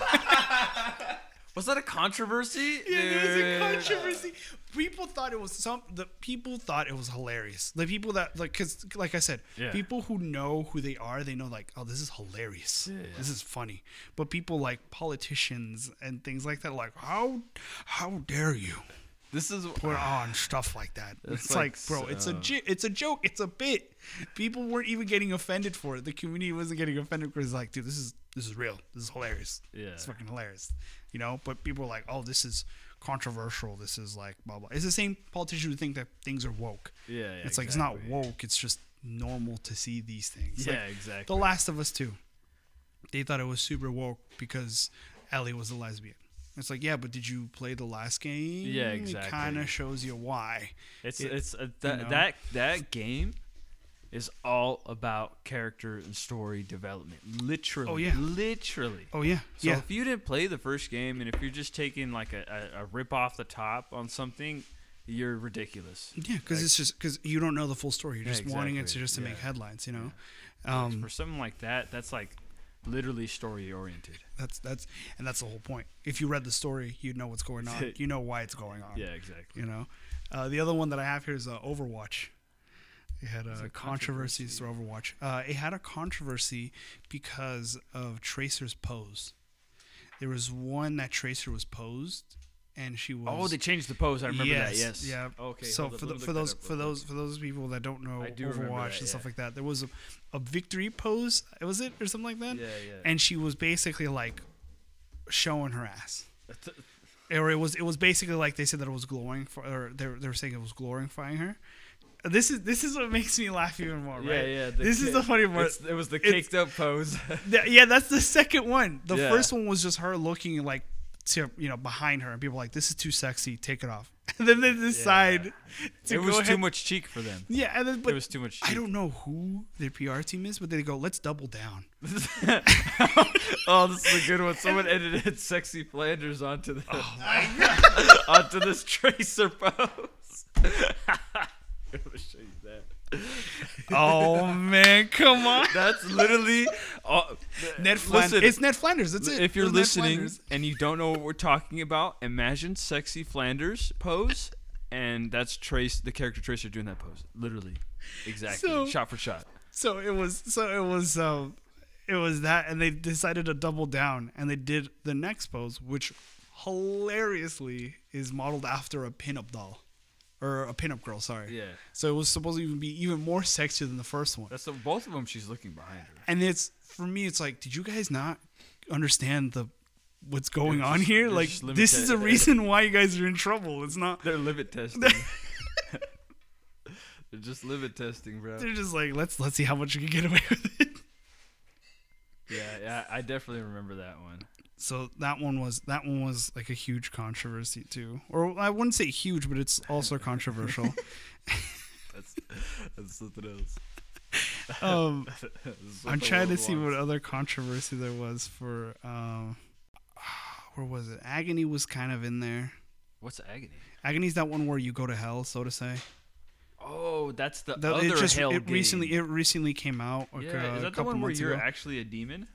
S2: Was that a controversy?
S1: yeah, there was
S2: Dude.
S1: a controversy. People thought it was some. The people thought it was hilarious. The people that like, cause like I said,
S5: Yeah.
S1: people who know who they are, they know like, oh, this is hilarious. This is funny. But people like politicians and things like that, like how how dare you?
S2: This is
S1: put on stuff like that. it's like,
S5: like
S1: bro, it's a
S5: so-
S1: j- it's a joke, it's a bit. People weren't even getting offended for it. The community wasn't getting offended because like, dude, this is this is real. This is hilarious.
S5: Yeah.
S1: it's fucking hilarious. You know, but people were like, oh, this is controversial. This is like blah blah. It's the same politicians who think that things are woke.
S5: Yeah, yeah,
S1: it's like it's
S5: exactly.
S1: not woke. It's just normal to see these things.
S5: Yeah,
S1: Like,
S5: exactly.
S1: The Last of Us too. They thought it was super woke because Ellie was a lesbian. It's like, yeah, but did you play the last game?
S5: Yeah,
S1: It kind
S5: exactly.
S1: of shows you why.
S2: It's
S1: It-
S2: it's uh, that
S1: know?
S2: that that game is all about character and story development. Literally.
S1: Oh, yeah.
S2: Literally.
S1: Oh yeah,
S2: So
S1: yeah,
S2: if you didn't play the first game and if you're just taking like a, a, a rip off the top on something, you're ridiculous.
S1: yeah. Because it's just because you don't know the full story. You're just wanting it to
S5: exactly.
S1: just to make
S5: Yeah.
S1: headlines. You know, um,
S2: For something like that, that's like literally story oriented.
S1: that's that's and that's the whole point. If you read the story, you'd know what's going on. You know why it's going on.
S5: Yeah, exactly.
S1: You know, uh, the other one that I have here is uh, Overwatch. It had uh, controversies through Overwatch. Uh, it had a controversy because of Tracer's pose. There was one that Tracer was posed, and she was.
S2: Oh, they changed the pose. I remember that. Yes.
S1: Yeah.
S2: Okay.
S1: So
S2: hold up,
S1: for,
S2: let
S1: the,
S2: me
S1: for
S2: look that
S1: those
S2: up
S1: for
S2: real
S1: those for those people that don't know
S2: I do remember
S1: Overwatch
S2: that,
S1: and stuff
S2: yeah.
S1: like that, there was a, a victory pose. Was it or something like that?
S2: Yeah, yeah.
S1: And she was basically like showing her ass.
S2: quick.
S1: Or it was it was basically like they said that it was glowing for or they were, they were saying it was glorifying her. This is this is what makes me laugh even more,
S2: Yeah,
S1: right?
S2: yeah.
S1: this is the
S2: ki-
S1: funny part.
S2: it's- It was the
S1: it's-
S2: caked up pose.
S1: Th- yeah, that's the second one. The
S2: Yeah.
S1: first one was just her looking like to you know behind her, and people were like, "This is too sexy, take it off." And then they decide to
S2: it
S1: go
S2: was too
S1: ahead-
S2: much cheek for them.
S1: Yeah, and then but
S2: it was too much cheek.
S1: I don't know who their PR team is, but they go, "Let's double down."
S2: oh, this is a good one. Someone edited sexy Flanders onto the onto this tracer pose. I'm gonna show you that.
S1: oh man, come on,
S2: That's literally uh,
S1: Ned Flanders.
S2: Listen,
S1: it's Ned Flanders. That's it.
S2: if you're
S1: It was Ned
S2: listening
S1: Flanders.
S2: and you don't know what we're talking about, imagine sexy Flanders pose, and that's Trace, the character Tracer, doing that pose. Literally, exactly,
S1: So-
S2: shot for shot.
S1: so it was so it was um it was that and they decided to double down and they did the next pose which hilariously is modeled after a pinup doll or a pinup girl sorry
S2: Yeah.
S1: so it was supposed to even be even more sexier than the first one
S2: That's the, both of them. She's looking behind her.
S1: and it's for me it's like did you guys not understand the what's going on here
S2: they're
S1: like
S2: just
S1: this is the
S2: limited.
S1: reason why you guys are in trouble it's not
S2: They're limit testing. They're just limit testing, bro.
S1: they're just like let's let's see how much we can get away with it
S2: Yeah, yeah, I definitely remember that one.
S1: so that one was that one was like a huge controversy too or i wouldn't say huge but it's also controversial
S2: That's that's something else.
S1: um
S2: That's what
S1: i'm
S2: the
S1: trying to
S2: world
S1: see what
S2: wants.
S1: other controversy there was for um where was it agony was kind of in there
S2: What's agony?
S1: agony's that one where you go to hell so to say
S2: Oh, that's the,
S1: The-
S2: other
S1: it just
S2: hell
S1: it
S2: game.
S1: recently it recently came out like
S2: yeah,
S1: a
S2: is that the
S1: couple
S2: one where
S1: months
S2: you're
S1: ago. Oh.
S2: actually a demon?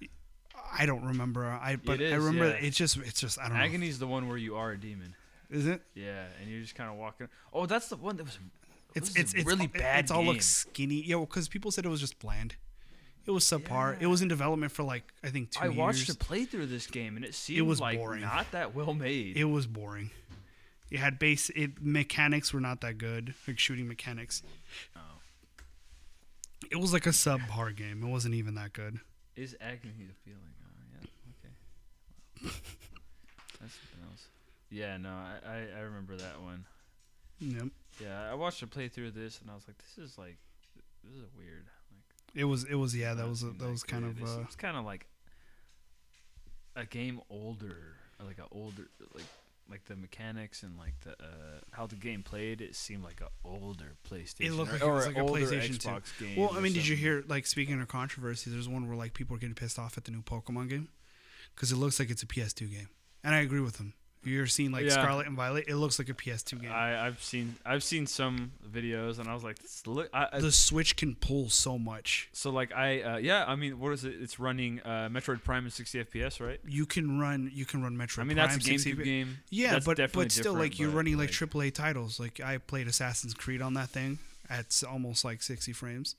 S1: i don't remember i but
S2: is,
S1: i remember
S2: yeah.
S1: it just it's just i don't
S2: Agony's the one where you are a demon.
S1: know is it
S2: Yeah, and you're just kind of walking. Oh, that's the one that was.
S1: it's
S2: this is a
S1: it's, it's
S2: really
S1: it-
S2: bad.
S1: It's all
S2: game.
S1: looks skinny. Yeah, because people said it was just bland. It was subpar. It was in development for like I think two
S2: I
S1: years.
S2: watched a playthrough of this game and it seemed
S1: was
S2: like
S1: boring.
S2: not that well made.
S1: It was boring. It had base. It mechanics were not that good, like shooting mechanics.
S2: Oh.
S1: It was like a subpar game. It wasn't even that good.
S2: Is agony a feeling? Oh, yeah. Okay. That's something else. Yeah, no, I, I, I remember that one.
S1: Yep.
S2: Yeah, I watched a playthrough of this and I was like, this is like, this is weird. Like,
S1: It was. It was. Yeah, that
S2: not
S1: was. A,
S2: seem
S1: that
S2: like
S1: was kind
S2: great.
S1: of.
S2: It
S1: Uh,
S2: seems kind of like a game older, or like a older, like like the mechanics and like the uh, how the game played. It seemed like a older PlayStation.
S1: it looked
S2: or-
S1: like it
S2: or
S1: was
S2: a
S1: like a
S2: older
S1: PlayStation
S2: Xbox game.
S1: Two. Well, I
S2: or
S1: mean, did you
S2: something.
S1: hear? Like speaking of controversy, there's one where like people are getting pissed off at the new Pokemon game because it looks like it's a PS2 game, and I agree with them. You're seeing like
S2: Yeah.
S1: Scarlet and Violet. It looks like a PS2 game.
S2: I, I've seen I've seen some videos and I was like, this look. I, I,
S1: the Switch can pull so much.
S2: so like I uh, yeah I mean what is it? It's running uh, Metroid Prime at 60 FPS, right?
S1: You can run. You can run Metroid.
S2: I mean
S1: Prime,
S2: that's a
S1: 60
S2: GameCube game.
S1: Yeah,
S2: That's
S1: but
S2: definitely
S1: but still,
S2: different,
S1: like you're
S2: but,
S1: running like, AAA titles. Like I played Assassin's Creed on that thing at s- almost like 60 frames.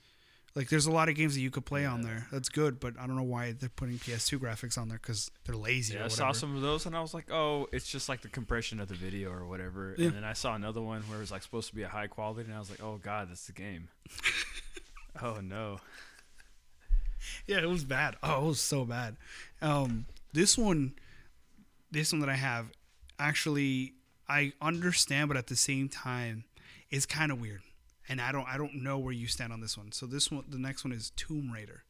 S1: Like there's a lot of games that you could play on there. That's good, but I don't know why they're putting PS2 graphics on there because they're lazy.
S2: Yeah,
S1: or
S2: I
S1: whatever.
S2: saw some of those and I was like, oh, it's just like the compression of the video or whatever.
S1: Yeah.
S2: And then I saw another one where it was like supposed to be a high quality and I was like, oh god, that's the game. oh no.
S1: Yeah, it was bad. Oh, it was so bad. Um, this one, this one that I have, actually, I understand, but at the same time, it's kind of weird, and I don't, I don't know where you stand on this one. So this one, the next one is Tomb Raider,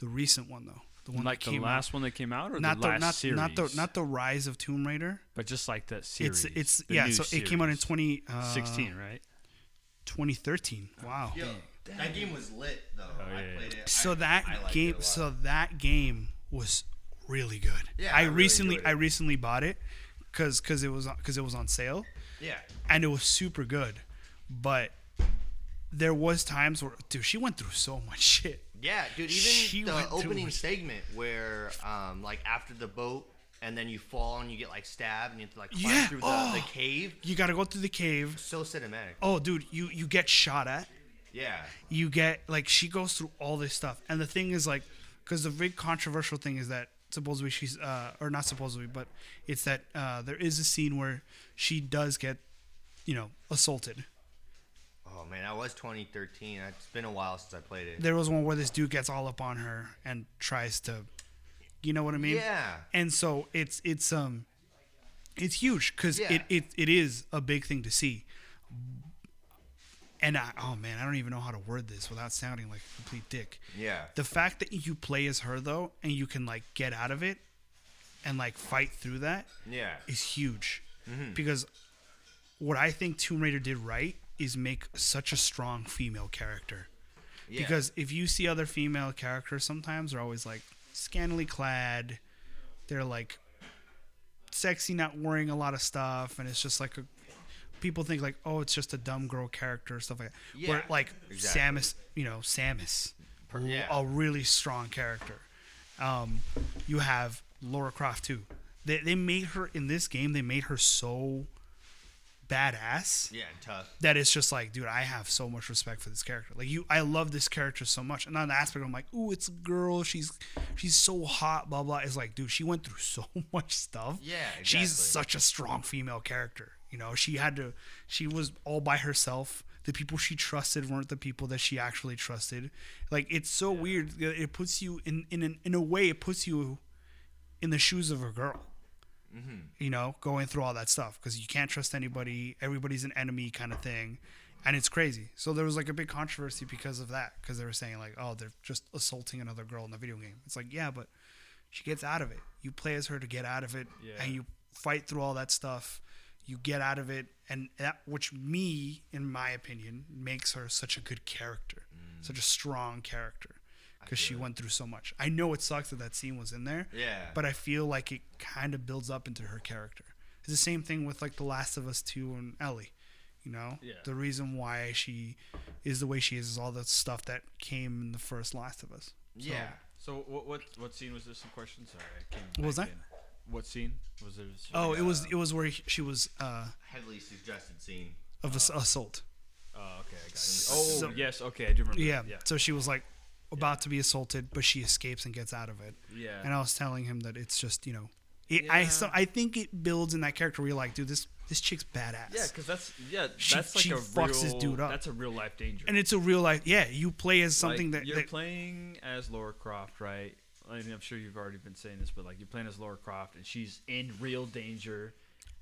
S1: the recent one though, the one
S2: like
S1: that
S2: the
S1: came
S2: last one that came out or
S1: out. Not
S2: the
S1: the,
S2: last
S1: not,
S2: series?
S1: not the not the rise of Tomb Raider.
S2: but just like that series.
S1: It's it's
S2: the
S1: yeah.
S2: new
S1: So it came out in
S2: series.
S1: 20, uh,
S2: 16, right?
S1: 2013. Wow.
S3: Yo, that game was lit though. I
S2: yeah,
S3: played it.
S1: so
S3: I-
S1: that
S3: I liked
S1: game
S3: It a lot.
S1: so that game was really good
S3: Yeah,
S1: i,
S3: I really
S1: recently
S3: enjoyed
S1: i
S3: it.
S1: recently bought it because because it was because it was on sale
S3: yeah,
S1: and it was super good but there was times where dude she went through so much shit
S3: yeah, dude. Even
S1: She went
S3: the
S1: through
S3: opening
S1: it.
S3: segment where, um, like after the boat, and then you fall and you get like stabbed and you have to like climb
S1: Yeah,
S3: through the, the
S1: oh.
S3: cave.
S1: you gotta go through the cave
S3: So cinematic.
S1: oh dude you you get shot at
S3: Yeah.
S1: you get like she goes through all this stuff and the thing is like because the big controversial thing is that supposedly she's uh or not supposedly but it's that uh there is a scene where she does get you know assaulted
S3: Oh man, that was 2013. It's been a while since I played it.
S1: there was one where this dude gets all up on her and tries to you know what i mean
S3: Yeah.
S1: and so it's it's um it's huge because it,
S3: Yeah.
S1: it it is a big thing to see and I, oh man i don't even know how to word this without sounding like a complete dick
S3: Yeah.
S1: the fact that you play as her though and you can like get out of it and like fight through that
S3: Yeah. Mm-hmm.
S1: is huge because what I think Tomb Raider did right is make such a strong female character.
S3: Yeah.
S1: Because if you see other female characters, sometimes they're always like scantily clad, they're like sexy, not wearing a lot of stuff, and it's just like a, people think like, oh, it's just a dumb girl character, stuff like that. Where
S3: Yeah,
S1: like
S3: exactly.
S1: Samus, you know, Samus,
S3: yeah.
S1: a really strong character. Um, you have Laura Croft too. They they made her in this game. They made her so badass
S3: Yeah, tough.
S1: that it's just like, dude, I have so much respect for this character. Like you, I love this character so much. And on the aspect, I'm like, ooh, it's a girl. She's she's so hot. Blah blah. It's like, dude, she went through so much stuff.
S3: Yeah,
S1: she's
S3: exactly.
S1: such a strong female character. You know, she had to. She was all by herself. The people she trusted weren't the people that she actually trusted. Like it's so weird. It puts you in in an, in a way. It puts you in the shoes of a girl you know, going through all that stuff because you can't trust anybody. Everybody's an enemy kind of thing. And it's crazy. So there was like a big controversy because of that because they were saying, like, oh, they're just assaulting another girl in the video game. It's like, yeah, but she gets out of it. You play as her to get out of it
S2: Yeah.
S1: and you fight through all that stuff. You get out of it. And that, which me, in my opinion, makes her such a good character, such a strong character because she went through so much. I know it sucks that that scene was in there
S3: Yeah.
S1: but I feel like it kind of builds up into her character. It's the same thing with like The Last of Us 2 and Ellie. You know,
S2: Yeah.
S1: the reason why she is the way she is is all the stuff that came in the first Last of Us.
S3: yeah.
S2: So what what what scene was this in question? Sorry, I came
S1: What was
S2: back
S1: that?
S2: in. What scene was there?
S1: Oh, it was it was where he- she was uh,
S3: Heavily suggested scene.
S1: of
S2: Uh,
S1: ass- assault.
S2: Oh, okay, I got it. Oh,
S1: So-
S2: yes, okay, I do remember.
S1: Yeah.
S2: that, yeah.
S1: So she was like about to be assaulted, but she escapes and gets out of it.
S2: Yeah.
S1: And I was telling him that it's just you know, it, I so I think it builds in that character where you're like, dude, this this chick's badass.
S2: Yeah, because that's yeah,
S1: She-
S2: that's like
S1: she
S2: a real.
S1: fucks this dude up.
S2: That's a real life danger.
S1: and it's a real life. Yeah, you play as something
S2: Like,
S1: that,
S2: you're
S1: that
S2: playing as Laura Croft, right? I mean, I'm sure you've already been saying this, but like you're playing as Laura Croft, and she's in real danger.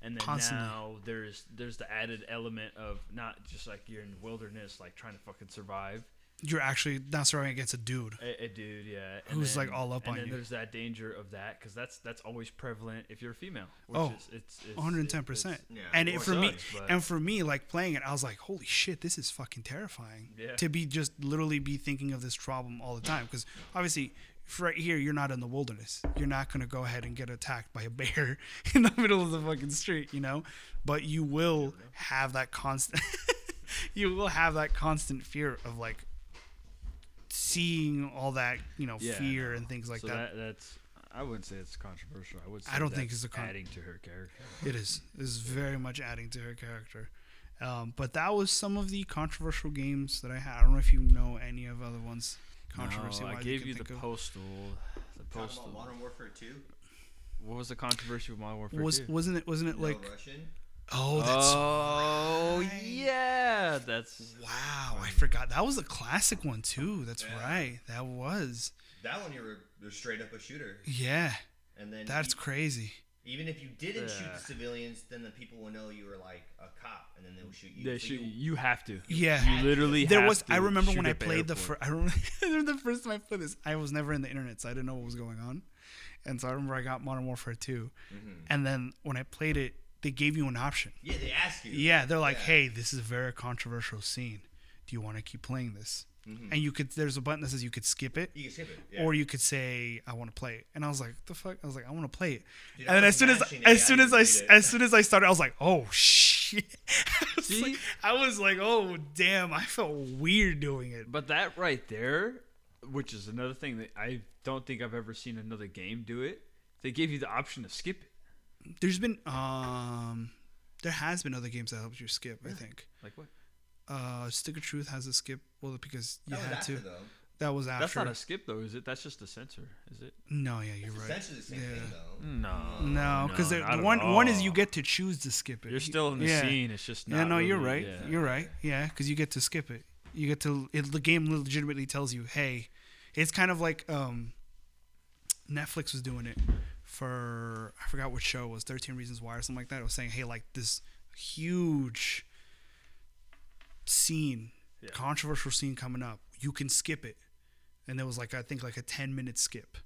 S2: And then
S1: Constantly.
S2: now there's there's the added element of not just like you're in wilderness, like trying to fucking survive.
S1: you're actually not surviving against a dude.
S2: A, a dude, yeah, and
S1: Who's, like, all up
S2: and
S1: on
S2: then
S1: you.
S2: There's that danger of that because that's that's always prevalent if you're a female. Which
S1: Oh,
S2: is, it's, it's
S1: 110 percent.
S2: it's-
S1: And
S2: Well,
S1: it
S2: it
S1: for me,
S2: does, but-
S1: and for me, like playing it, I was like, holy shit, this is fucking terrifying.
S2: Yeah.
S1: To be just literally be thinking of this problem all the time, because obviously. for Right here, you're not in the wilderness. You're not gonna go ahead and get attacked by a bear in the middle of the fucking street, you know. But you will have that constant. you will have that constant fear of like seeing all that, you know,
S2: Yeah, I
S1: fear and things like
S2: so
S1: that.
S2: that. that's I wouldn't say it's controversial. I would. Say
S1: I don't think it's
S2: that's
S1: a con-
S2: adding to her character.
S1: It is. It is very much adding to her character. Um, but that was some of the controversial games that I had. I don't know if you know any of other ones. Controversy.
S2: No, I
S1: wise
S2: gave
S1: can
S2: you the
S1: think of.
S2: postal. The
S3: Talking about
S2: postal.
S3: Modern Warfare 2,
S2: What was the controversy with Modern Warfare
S1: Was
S2: 2?
S1: wasn't it wasn't it
S3: like,
S1: like
S3: Russian.
S1: oh that's
S2: Oh
S1: right.
S2: yeah, that's
S1: wow I forgot that was a classic one too. That's
S3: Yeah.
S1: right. That was
S3: That one, you're, you're straight up a shooter.
S1: yeah.
S3: And then
S1: That's
S3: e-
S1: crazy.
S3: even if you didn't shoot
S2: Yeah.
S3: the civilians, then the people will know you were like a cop, and then they will shoot you.
S2: they
S3: So
S2: should,
S3: you-
S2: you have to.
S1: Yeah.
S2: You literally
S1: there
S2: have
S1: was
S2: to
S1: I remember
S2: shoot
S1: when I
S2: at the
S1: played the
S2: airport.
S1: first I remember I remember the first time I played this I was never in the internet so I didn't know what was going on and so I remember I got Modern Warfare 2
S2: Mm-hmm.
S1: and then when I played it they gave you an option
S3: Yeah, they ask you.
S1: yeah they're like
S3: Yeah.
S1: hey this is a very controversial scene do you want to keep playing this
S2: Mm-hmm.
S1: and you could there's a button that says you could skip it
S3: You can skip it. Yeah.
S1: Or you could say, "I want to play it," and I was like, "The fuck!" I was like, "I want to play it,"
S3: Dude,
S1: and
S3: I
S1: then
S3: was
S1: as soon as
S3: mashing it,
S1: as
S3: I
S1: soon as
S3: didn't
S1: I
S3: read it.
S1: as soon as I started, I was like, "Oh shit!" I was,
S2: See?
S1: like, I was like, "Oh damn!" I felt weird doing it.
S2: But that right there, which is another thing that I don't think I've ever seen another game do it. They gave you the option to skip it.
S1: There's been um, there has been other games that helped you skip. I think
S2: Like what?
S1: uh, Stick of Truth has a skip. Well, because you
S3: That was
S1: had
S3: after,
S1: to.
S3: though.
S1: That was after.
S2: That's not a skip though, is it? That's just a censor, is it?
S1: no, yeah, you're
S3: It's
S1: right.
S3: essentially the same
S1: Yeah.
S3: thing, though.
S2: No.
S1: No, because
S2: No,
S1: the
S2: not at
S1: one one is
S2: all.
S1: you get to choose to skip it.
S2: You're still in the
S1: Yeah.
S2: scene. It's just not.
S1: yeah, no, you're right.
S2: really- yeah.
S1: You're right. Yeah, because you get to skip it. You get to it, the game legitimately tells you, hey, it's kind of like um, Netflix was doing it for I forgot what show it was Thirteen Reasons Why or something like that. It was saying, hey, like this huge scene, controversial scene coming up, you can skip it, and there was like I think like a ten minute skip,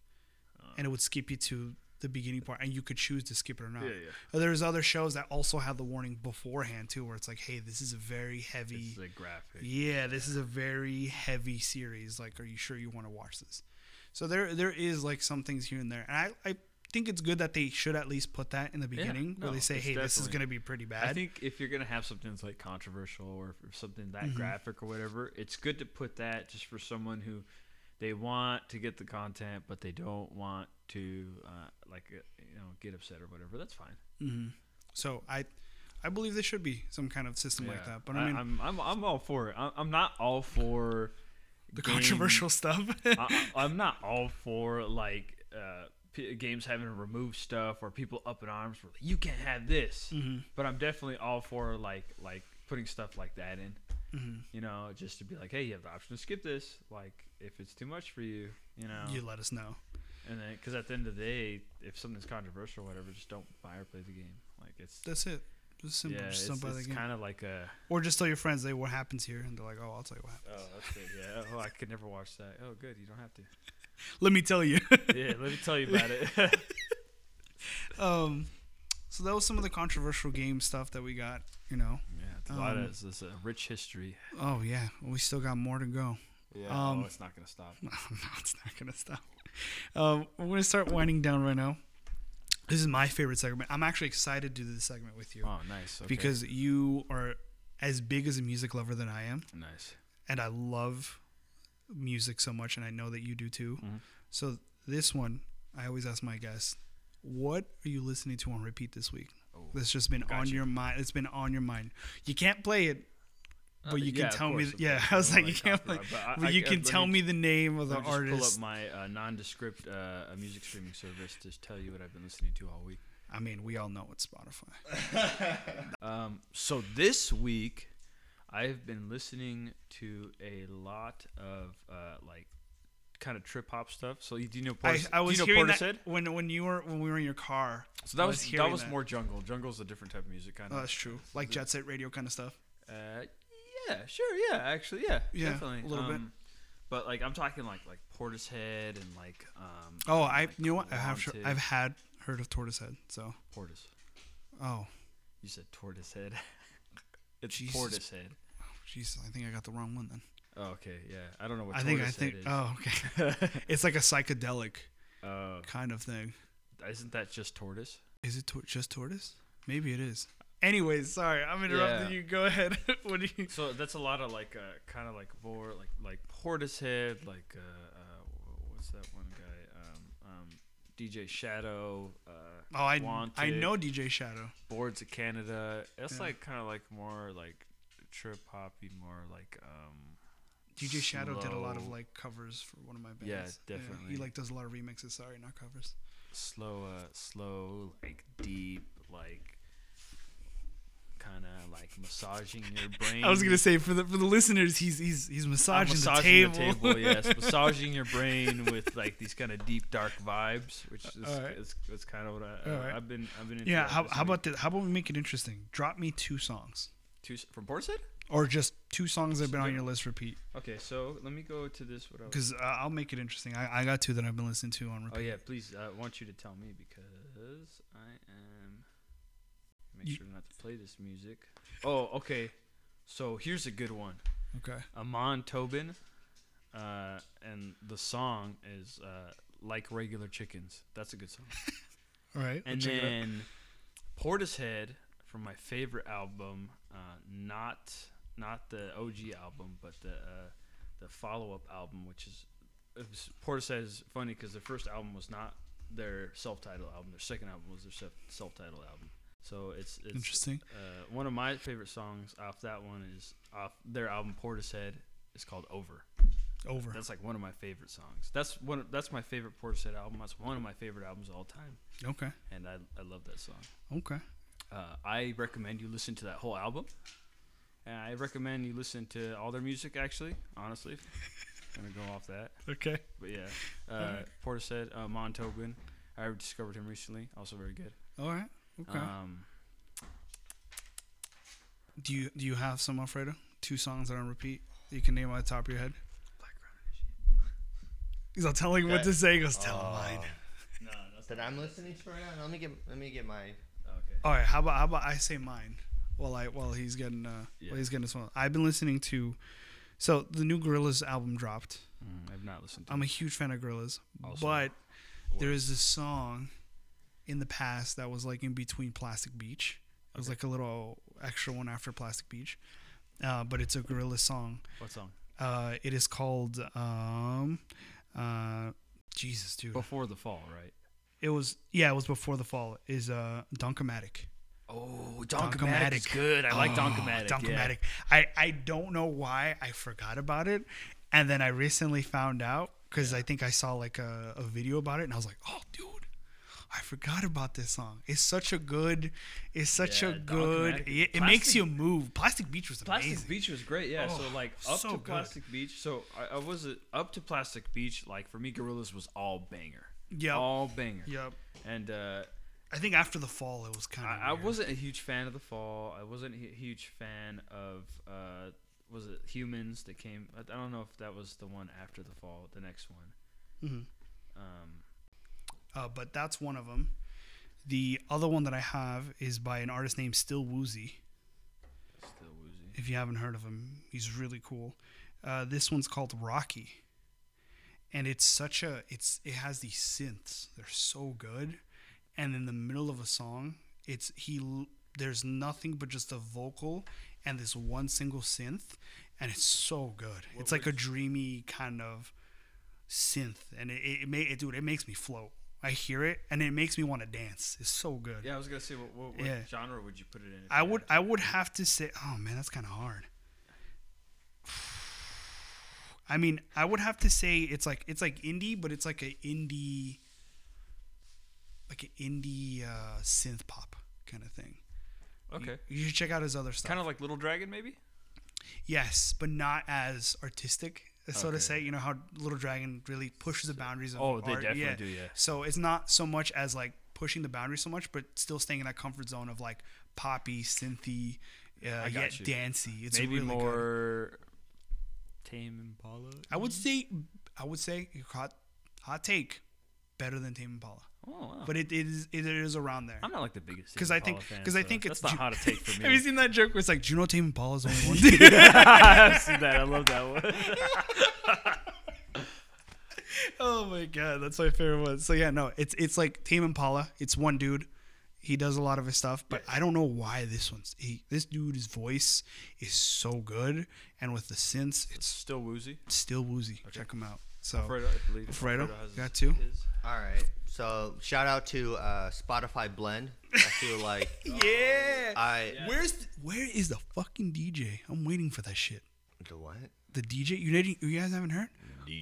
S2: Uh.
S1: and it would skip you to the beginning part, and you could choose to skip it or not.
S2: Yeah, yeah.
S1: But There's other shows that also have the warning beforehand too, where it's like, hey, this is a very heavy.
S2: It's a graphic.
S1: yeah, this is a very heavy series. Like, are you sure you want to watch this? So there, there is like some things here and there, and I, I think it's good that they should at least put that in the beginning, where
S2: no,
S1: they say,
S2: it's
S1: hey, this is
S2: definitely-
S1: going to be pretty bad.
S2: I think if you're gonna have something that's like controversial or if something that
S1: Mm-hmm.
S2: graphic or whatever, it's good to put that just for someone who they want to get the content but they don't want to uh, like uh, you know get upset or whatever. That's fine.
S1: so. I, I believe there should be some kind of system like
S2: Yeah.
S1: that. But I mean,
S2: I'm, I'm I'm all for it. I'm, I'm not all for
S1: the
S2: game-
S1: controversial stuff.
S2: I, I- I'm not all for like uh, p- games having to remove stuff or people up in arms for like, you can't have this.
S1: Mm-hmm.
S2: But I'm definitely all for like like putting stuff like that in.
S1: Mm-hmm.
S2: You know, just to be like, hey, you have the option to skip this. Like, if it's too much for you, you know,
S1: you let us know.
S2: and then because at the end of the day, if something's controversial or whatever, just don't buy or play the game. Like, it's
S1: That's it. Just simple.
S2: yeah,
S1: just
S2: it's,
S1: don't buy the game.
S2: kind of like a
S1: or just tell your friends, they what happens here, and they're like, oh, I'll tell you what happened.
S2: oh, that's good. Yeah, oh, I could never watch that. Oh, good, you don't have to.
S1: Let me tell you.
S2: Yeah, let me tell you about it.
S1: um, so that was some of the controversial game stuff that we got. You know.
S2: Yeah, it's a lot
S1: Um,
S2: of it's, it's a rich history.
S1: Oh yeah, we still got more to go.
S2: Yeah,
S1: Um,
S2: oh, it's not gonna stop.
S1: no, it's not gonna stop. Um, we're gonna start winding down right now. This is my favorite segment. I'm actually excited to do this segment with you
S2: Oh, nice. Okay.
S1: because you are as big as a music lover than I am,
S2: nice.
S1: and I love music so much, and I know that you do too.
S2: Mm-hmm.
S1: So this one, I always ask my guests, "What are you listening to on repeat this week?"
S2: Oh,
S1: That's just been on your mind. It's been on your mind. You can't play it, but you
S2: Uh, yeah,
S1: can
S2: of
S1: tell me.
S2: course,
S1: th-
S2: of
S1: yeah,
S2: course.
S1: I was like,
S2: I don't
S1: you
S2: like
S1: can't play,
S2: copyright, but
S1: but
S2: I-
S1: you
S2: I-
S1: can
S2: let
S1: tell me
S2: me-
S1: the name of the
S2: Let me just pull up
S1: artist.
S2: my uh, nondescript uh, uh, music streaming service to tell you what I've been listening to all week.
S1: I mean, we all know it's Spotify.
S2: Um, so this week, I've been listening to a lot of uh, like kind of trip hop stuff. So you do you know
S1: I,
S2: Portis,
S1: I was
S2: do you know
S1: hearing
S2: Portishead?
S1: that when when you were when we were in your car.
S2: So that
S1: I
S2: was that
S1: hearing
S2: was more jungle. Jungle's a different type of music kind
S1: Oh,
S2: of.
S1: that's true. Like jet set radio kind of stuff.
S2: Uh, yeah, sure, yeah, actually, yeah,
S1: Yeah,
S2: definitely Um,
S1: a little bit.
S2: But like I'm talking like like Portishead and like um
S1: Oh, I you know what? I have
S2: Wanted.
S1: I've had heard of Tortoisehead. So
S2: Portis.
S1: oh
S2: You said Tortoisehead. it's
S1: Jesus.
S2: Portishead.
S1: jeez, I think I got the wrong one then.
S2: Oh, okay, yeah. I don't know what
S1: I think I
S2: Tortoisehead
S1: think
S2: is.
S1: oh okay. it's like a psychedelic
S2: Uh,
S1: kind of thing.
S2: isn't that just tortoise?
S1: Is it tor- just tortoise? Maybe it is. Anyways, sorry, I'm interrupting
S2: Yeah.
S1: you. Go ahead. what do you?
S2: So that's a lot of like uh, kind of like more like like Portishead, like uh, uh, what's that one guy? Um, um, DJ Shadow. Uh,
S1: Oh, I I
S2: Wanted.
S1: know DJ Shadow.
S2: Boards of Canada. That's
S1: Yeah.
S2: like kind of like more like trip hoppy, more like um.
S1: DJ Shadow did a lot of
S2: slow-
S1: like covers for one of my bands.
S2: Yeah,
S1: He
S2: definitely.
S1: like does a lot of remixes. Sorry, not covers.
S2: slow, uh, slow, like deep, like kind of like massaging your brain.
S1: I was gonna say for the for the listeners, he's he's he's
S2: I'm
S1: massaging,
S2: massaging
S1: the table.
S2: yes, massaging your brain with like these kind of deep, dark vibes, which is,
S1: Alright.
S2: is, is kind of what I,
S1: Alright.
S2: I've been. I've been. into
S1: yeah.
S2: that
S1: How,
S2: this
S1: how
S2: week.
S1: about that? How about we make it interesting? Drop me two songs,
S2: two s- from Portishead?
S1: or just two songs that've been on your list repeat.
S2: Okay, so let me go to this. What I was,
S1: Because uh, I'll make it interesting. I, I got two that I've been listening to on
S2: oh
S1: repeat.
S2: yeah, please. I want you to tell me because I am. Make
S1: You-
S2: sure not to play this music. Oh, okay. So here's a good one.
S1: Okay.
S2: Amon Tobin, uh, and the song is uh, "Like Regular Chickens." That's a good song.
S1: All right.
S2: and
S1: check it out.
S2: then Portishead from my favorite album, uh, not not the OG album, but the uh, the follow up album, which is it was, Portishead is funny because their first album was not their self titled album. Their second album was their self titled album. So it's it's
S1: interesting.
S2: uh, one of my favorite songs off that one is off their album Portishead. It's called Over.
S1: Over.
S2: That's like one of my favorite songs. That's one. of- That's my favorite Portishead album. That's one of my favorite albums of all time
S1: Okay.
S2: and I, I love that song.
S1: Okay.
S2: Uh, I recommend you listen to that whole album, and I recommend you listen to all their music. Actually, honestly, gonna go off that,
S1: Okay.
S2: but yeah, uh, Porter said uh, Montobin. I discovered him recently. Also very good.
S1: All right. Okay.
S2: Um,
S1: do you do you have some Alfredo? Two songs that are on repeat. that You can name off the top of your head. He's all telling what to say. He goes, tell him mine.
S2: no, that's
S3: That I'm listening to right now. Let me get let me get my
S2: oh, okay.
S1: All right. How about how about I say mine while I while he's getting uh
S2: Yeah.
S1: while he's getting his phone. I've been listening to. So the new Gorillaz album dropped.
S2: I've not listened to.
S1: I'm a huge fan of Gorillaz,
S2: Also,
S1: but there is this song in the past that was like in between Plastic Beach. It was like a little extra one after Plastic Beach, uh, but it's a Gorillaz song.
S2: what song?
S1: Uh, it is called um, uh, Jesus, dude.
S2: Before the fall, right?
S1: It was yeah, it was before the fall. Is uh, Dunkomatic. Donkomatic
S2: Oh,
S1: is Donkomatic.
S2: good. I like
S1: Oh,
S2: Donkomatic.
S1: Donkomatic. I, I don't know why I forgot about it. And then I recently found out because I think I saw like a, a video about it and I was like, oh, dude, I forgot about this song. It's such a good, it's such a
S2: Yeah,
S1: good,
S2: Donkomatic.
S1: it, it makes
S2: Plastic-
S1: you move. Plastic Beach was
S2: Plastic
S1: amazing.
S2: Beach was great, yeah.
S1: Oh,
S2: so like up
S1: so
S2: to
S1: good.
S2: Plastic Beach, so I, I was uh, up to Plastic Beach. Like for me, Gorillas was all banger,
S1: Yep.
S2: all banger.
S1: Yep.
S2: And uh,
S1: I think after the fall, it was kind of.
S2: I, I wasn't a huge fan of the Fall. I wasn't a hu- huge fan of uh, was it Humans that came? I, I don't know if that was the one after the Fall, the next one. Um,
S1: Uh, but that's one of them. The other one that I have is by an artist named Still Woozy.
S2: still woozy.
S1: if you haven't heard of him. He's really cool. Uh, this one's called Rocky, and it's such a it's it has these synths. They're so good, and in the middle of a song, it's he l- there's nothing but just a vocal and this one single synth, and it's so good. it's like a dreamy kind of synth, and it it, it, ma- it dude it makes me float. I hear it and it makes me want to dance. It's so good.
S2: Yeah, I was gonna say, what, what, what
S1: Yeah.
S2: genre would you put it in? if
S1: I
S2: you
S1: would
S2: had
S1: I would have to say oh man that's kind of hard. I mean, I would have to say it's like it's like indie, but it's like a indie like an indie uh, synth pop kind of thing.
S6: Okay.
S1: You, you should check out his other stuff.
S6: Kind of like Little Dragon, maybe.
S1: yes, but not as artistic. So to
S2: Okay.
S1: say, you know how Little Dragon really pushes the boundaries of
S2: Oh, they
S1: art.
S2: definitely do, yeah.
S1: So it's not so much as like pushing the boundaries so much, but still staying in that comfort zone of like poppy, synthy, uh,
S2: got
S1: yet
S2: you.
S1: dancey. It's
S2: Maybe
S1: really good.
S2: more Tame Impala.
S1: I would say, I would say, hot, hot take, better than Tame Impala.
S2: Oh, wow.
S1: But it is, it is around there.
S2: I'm not like the biggest
S1: Because
S2: Tame
S1: I think,
S2: Impala fan,
S1: because I
S2: so
S1: think it's
S2: that's not
S1: Ju-
S2: hot to take for me.
S1: Have you seen that joke where it's like, do you know Tame Impala's only one?
S2: I've seen that. I love that one.
S1: Oh my god, that's my favorite one. So yeah, no, it's it's like Tame Impala. It's one dude. He does a lot of his stuff, but I don't know why this one's. He, this dude's voice is so good, and with the synths, it's
S6: Still woozy.
S1: still woozy. Check him out. So
S6: Fredo, I believe.
S1: Fredo,
S6: has
S1: got two.
S6: his.
S3: All right. So shout out to uh, Spotify Blend. I feel like
S1: Yeah.
S3: I
S1: Where's the, where is the fucking DJ? I'm waiting for that shit.
S3: the what?
S1: the DJ. You didn't- you guys haven't heard?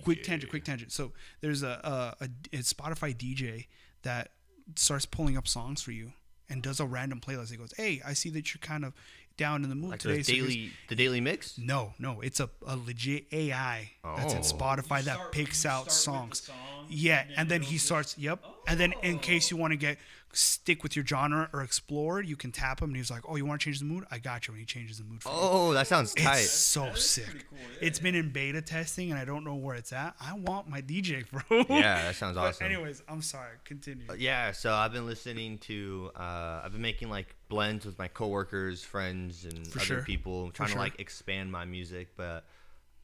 S1: Quick tangent, quick tangent. So there's a, a, a, a Spotify DJ that starts pulling up songs for you and does a random playlist. He goes, "Hey, I see that you're kind of down in the mood
S3: Like
S1: today."
S3: the
S1: so here's-"
S3: daily, the daily mix.
S1: no, no, it's a, a legit AI that's in
S3: Oh.
S1: Spotify that
S7: start-
S1: picks
S7: you start
S1: out
S7: with
S1: songs.
S7: the song,
S1: yeah,
S7: and
S1: and
S7: then Oh.
S1: then,
S7: it goes
S1: he
S7: with-
S1: starts. Yep. And then in case you want to get stick with your genre or explore, you can tap him and he's like, "Oh, you want to change the mood? I got you." And he changes the mood. For you.
S3: Oh, that sounds
S1: It's
S3: tight.
S1: so sick. it's been in beta testing, and I don't know where it's at. I want my DJ, bro.
S3: Yeah, that sounds
S1: But
S3: awesome.
S1: anyways, I'm sorry. Continue.
S3: Yeah, so I've been listening to. Uh, I've been making like blends with my coworkers, friends, and other
S1: sure.
S3: people, trying
S1: sure.
S3: to like expand my music. But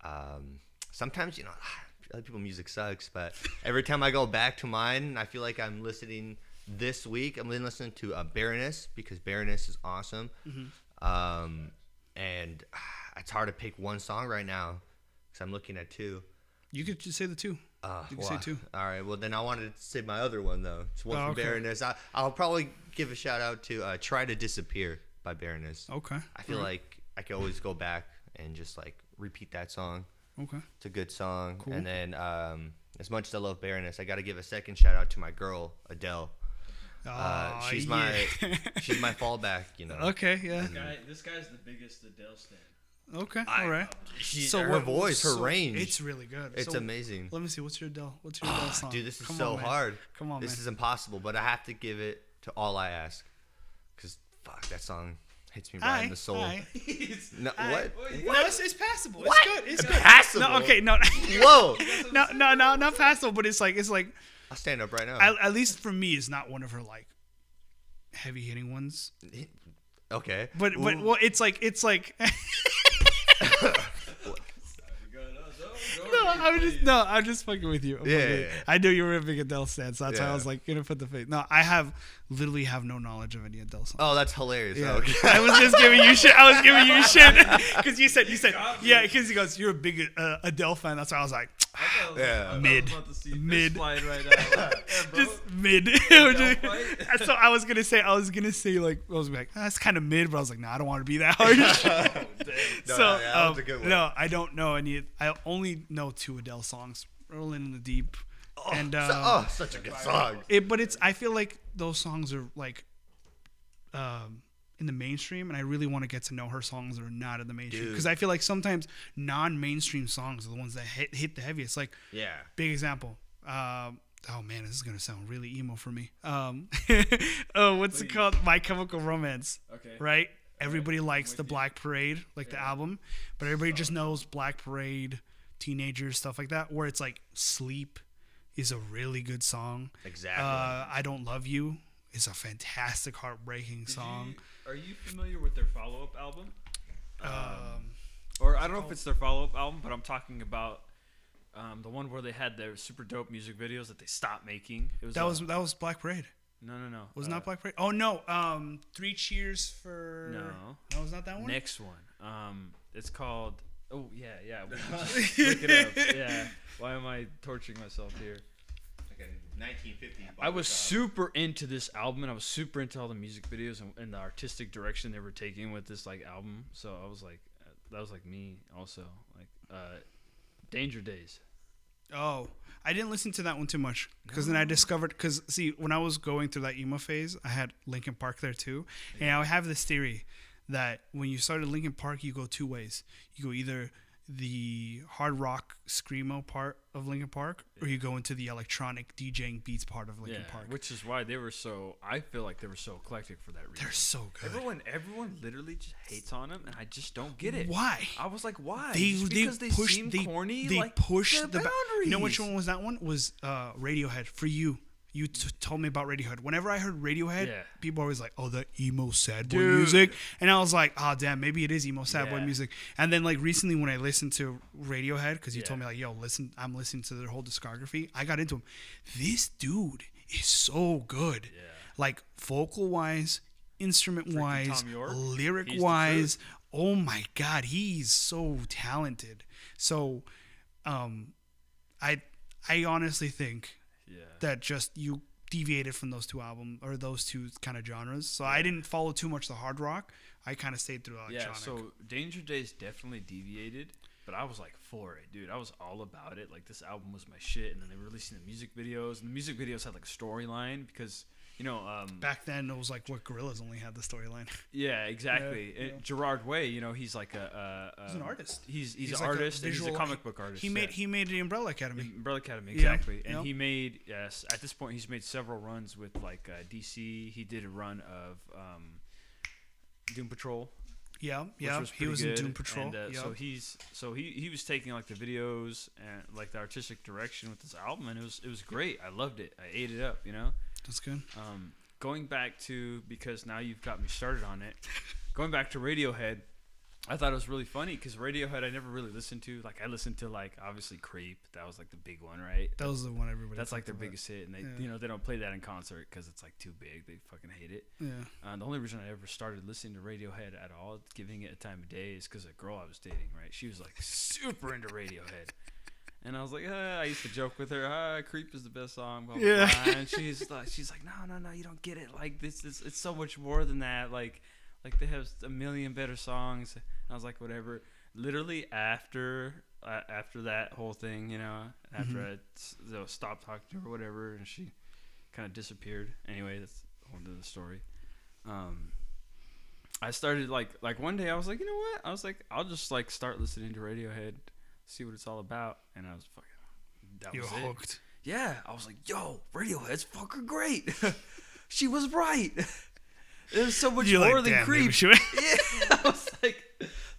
S3: um, sometimes, you know, other people's music sucks. But every time I go back to mine, I feel like I'm listening. This week, I'm listening to uh, Baroness because Baroness is awesome.
S1: Mm-hmm.
S3: Um, and ah, it's hard to pick one song right now because I'm looking at two.
S1: You could just say the two.
S3: Uh,
S1: you can say
S3: well,
S1: two.
S3: All right. Well, then I wanted to say my other one though. It's one
S1: Oh,
S3: from
S1: okay.
S3: Baroness. I, I'll probably give a shout out to uh, "Try to Disappear" by Baroness.
S1: Okay.
S3: I feel like I could always go back and just like repeat that song.
S1: Okay.
S3: It's a good song. And then, um, as much as I love Baroness, I got to give a second shout out to my girl Adele. Uh,
S1: Aw,
S3: she's
S1: yeah.
S3: my she's my fallback. You know.
S1: okay. Yeah.
S7: Guy, this guy's the biggest Adele stan.
S1: Okay. All right.
S3: She's, her voice, her
S1: so
S3: range.
S1: It's really good.
S3: It's
S1: So,
S3: amazing. Ah,
S1: Let me see. What's your Adele? What's your Adele song?
S3: Dude, this is
S1: Come
S3: so
S1: on, man.
S3: hard.
S1: Come on,
S3: this
S1: man.
S3: is impossible. But I have to give it to All I Ask, because fuck, that song hits me right
S1: Aye,
S3: in the soul.
S1: aye.
S3: No, what?
S1: No, it's, it's passable. It's
S3: What?
S1: good. It's good.
S3: Passable?
S1: No, okay, no,
S3: Whoa!
S1: no, no, no, not passable. But it's like it's like
S3: I'll stand up right now.
S1: at, at least for me, it's not one of her like heavy hitting ones.
S3: okay.
S1: But but
S3: Ooh,
S1: well, it's like it's like no, I'm just no, I'm just fucking with you. I'm
S3: Yeah,
S1: fucking with
S3: yeah,
S1: you.
S3: yeah.
S1: I knew you were a big Adele stan, so that's why I
S3: Yeah.
S1: was like gonna put the face. No, I have literally have no knowledge of any Adele song.
S3: Oh, that's hilarious.
S1: Yeah.
S3: Okay.
S1: I was just giving you shit. I was giving you shit because you said you said yeah. Because he goes, you're a big uh, Adele fan. That's why I was like,
S3: Yeah.
S1: Mid. Mid.
S6: Flying right now. Yeah, bro.
S1: just mid.
S6: fight?
S1: so I was gonna say, I was gonna say like, I was like, that's kind of mid, but I was like, no, I don't want to be that harsh.
S6: Oh,
S3: No,
S1: so
S3: no, yeah, that was
S1: um,
S3: a good one.
S1: no, I don't know any. I only know two Adele songs, "Rolling in the Deep," and
S3: So-
S1: uh,
S3: oh, such a good song.
S1: it. But it's. I feel like those songs are like, um, in the mainstream, and I really want to get to know her songs that are not in the mainstream
S3: Dude.
S1: because I feel like sometimes non-mainstream songs are the ones that hit hit the heaviest. Like
S3: Yeah.
S1: big example. Um, oh man, this is gonna sound really emo for me. Um, oh, what's it called? My Chemical Romance.
S6: Okay.
S1: Right. Everybody likes the Black Parade, like the album, but everybody just knows Black Parade, teenagers, stuff like that. Where it's like Sleep is a really good song.
S3: Exactly.
S1: Uh, I Don't Love You is a fantastic, heartbreaking song.
S6: Are you familiar with their follow-up album?
S1: Um,
S6: Or I don't know if it's their follow-up album, but I'm talking about um, the one where they had their super dope music videos that they stopped making. It was
S1: that
S6: uh,
S1: was that was Black Parade.
S6: no, no, no.
S1: Was
S6: uh,
S1: not Black Parade. Oh no. Um, Three Cheers for.
S6: No.
S1: No, it's not that one.
S6: next one. Um, it's called. Oh yeah, yeah. we can just look it up. Yeah. Why am I torturing myself here?
S3: Like a 1950.
S6: I was super into this album, and I was super into all the music videos and, and the artistic direction they were taking with this like album. So I was like, uh, that was like me also, like uh, Danger Days.
S1: Oh, I didn't listen to that one too much because then I discovered because see when I was going through that emo phase, I had Linkin Park there too, and I have this theory that when you started Linkin Park, you go two ways. You go either the hard rock screamo part of Linkin Park, or you go into the electronic DJing beats part of Linkin
S2: Yeah,
S1: Park.
S8: Which is why they were so. I feel like they were so eclectic for that reason.
S1: They're so good.
S2: Everyone, everyone literally just hates on him, and I just don't get it.
S1: Why?
S2: I was like, why?
S1: They
S2: Just
S1: they
S2: because they
S1: pushed
S2: seem
S1: they,
S2: corny.
S1: they
S2: like,
S1: pushed
S2: they're
S1: the ba- You know which
S2: boundaries.
S1: one was that one? Was uh, Radiohead for you? You t- told me about Radiohead. Whenever I heard Radiohead,
S2: Yeah.
S1: people are always like, "Oh, the emo sad boy music," and I was like, "Ah, damn, maybe it is emo sad boy
S2: Yeah.
S1: music." And then like recently, when I listened to Radiohead, because you told me
S2: Yeah.
S1: like, "Yo, listen, I'm listening to their whole discography," I got into him. This dude is so good, yeah. like vocal wise, instrument wise,
S2: Tom York.
S1: lyric
S2: He's the
S1: wise oh my god he's so talented so um i i honestly think
S2: Yeah.
S1: that just you deviated from those two album or those two kind of genres so i didn't follow too much the hard rock i kind of stayed through
S2: Yeah,
S1: electronic
S2: so Danger Days definitely deviated, but I was like for it, dude. I was all about it. Like this album was my shit, and then they were releasing the music videos, and the music videos had like a storyline because you know, um,
S1: back then it was like what gorillas only had the storyline
S2: yeah, exactly. Uh, Gerard Way, you know, he's like a, a, a
S1: He's an artist.
S2: He's he's,
S1: He's
S2: an
S1: like a
S2: artist. and
S1: visual-
S2: he's a comic book artist.
S1: he made
S2: yeah.
S1: he made the umbrella academy
S2: Umbrella Academy,
S1: Yeah,
S2: exactly. And
S1: yeah.
S2: he made yes. At this point, he's made several runs with like uh, DC. He did a run of um, Doom Patrol.
S1: yeah
S2: which
S1: yeah he
S2: pretty
S1: was in
S2: good.
S1: doom patrol
S2: And, uh,
S1: yeah.
S2: So he's so he he was taking like the videos and like the artistic direction with this album, and it was it was great. I loved it. I ate it up. You know.
S1: that's good
S2: Um, going back to because now you've got me started on it. Going back to Radiohead, I thought it was really funny because Radiohead I never really listened to. Like I listened to like obviously Creep. That was like the big one, right?
S1: that was the one everybody
S2: That's like their
S1: talked about.
S2: biggest hit, and they
S1: Yeah.
S2: you know they don't play that in concert because it's like too big. They fucking hate it.
S1: yeah
S2: Uh, the only reason I ever started listening to Radiohead at all, giving it a time of day, is because a girl I was dating, right? She was like super into Radiohead. And I was like, uh, I used to joke with her, ah, "Creep is the best song." Blah, blah,
S1: Yeah.
S2: blah. And she's like, she's like, "No, no, no, you don't get it. Like this is, it's so much more than that. Like, like they have a million better songs." And I was like, "Whatever." Literally after uh, after that whole thing, you know, after
S1: Mm-hmm.
S2: I s- you know, stopped talking to her, or whatever, and she kind of disappeared. Anyway, that's a whole other story um I started like like one day I was like, you know what? I was like, I'll just like start listening to Radiohead, see what it's all about, and I was fucking that
S1: you're
S2: was it.
S1: hooked
S2: Yeah, I was like, yo, Radiohead's fucking great. she was right. It was so much
S1: You're like,
S2: more than
S1: "Damn, maybe
S2: creep.
S1: she
S2: yeah,
S1: was-
S2: I was like,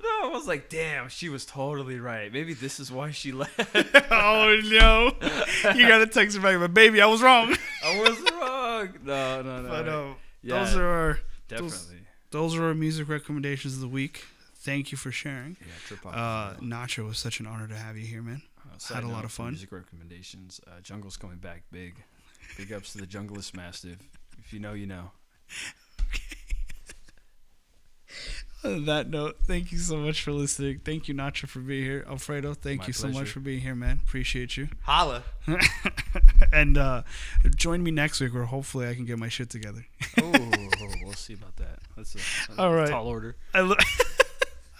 S2: no, I was like, damn, she was totally right. Maybe this is why she left.
S1: oh no you gotta text her back but baby i was wrong
S2: I was wrong. No, no, no.
S1: but uh,
S2: Yeah.
S1: those are our
S2: definitely.
S1: those, those are our music recommendations of the week. Thank you for sharing.
S2: yeah, Oh, trip off.
S1: Uh, Nacho, it was such an honor to have you here, man.
S2: side
S1: Had a lot
S2: note
S1: of
S2: for
S1: fun.
S2: Music recommendations. Uh, Jungle's coming back big. Big ups to the Junglist Mastiff. If you know, you know.
S1: On that note, thank you so much for listening. Thank you, Nacho, for being here. Alfredo, thank
S2: My
S1: you so much
S2: pleasure.
S1: for being here, man. Appreciate you.
S3: Holla.
S1: and uh, join me next week where hopefully I can get my shit together.
S2: Oh, we'll see about that. That's a, a
S1: All right.
S2: tall order.
S1: I, lo-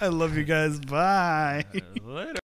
S1: I love you guys. Bye.
S2: Uh, later.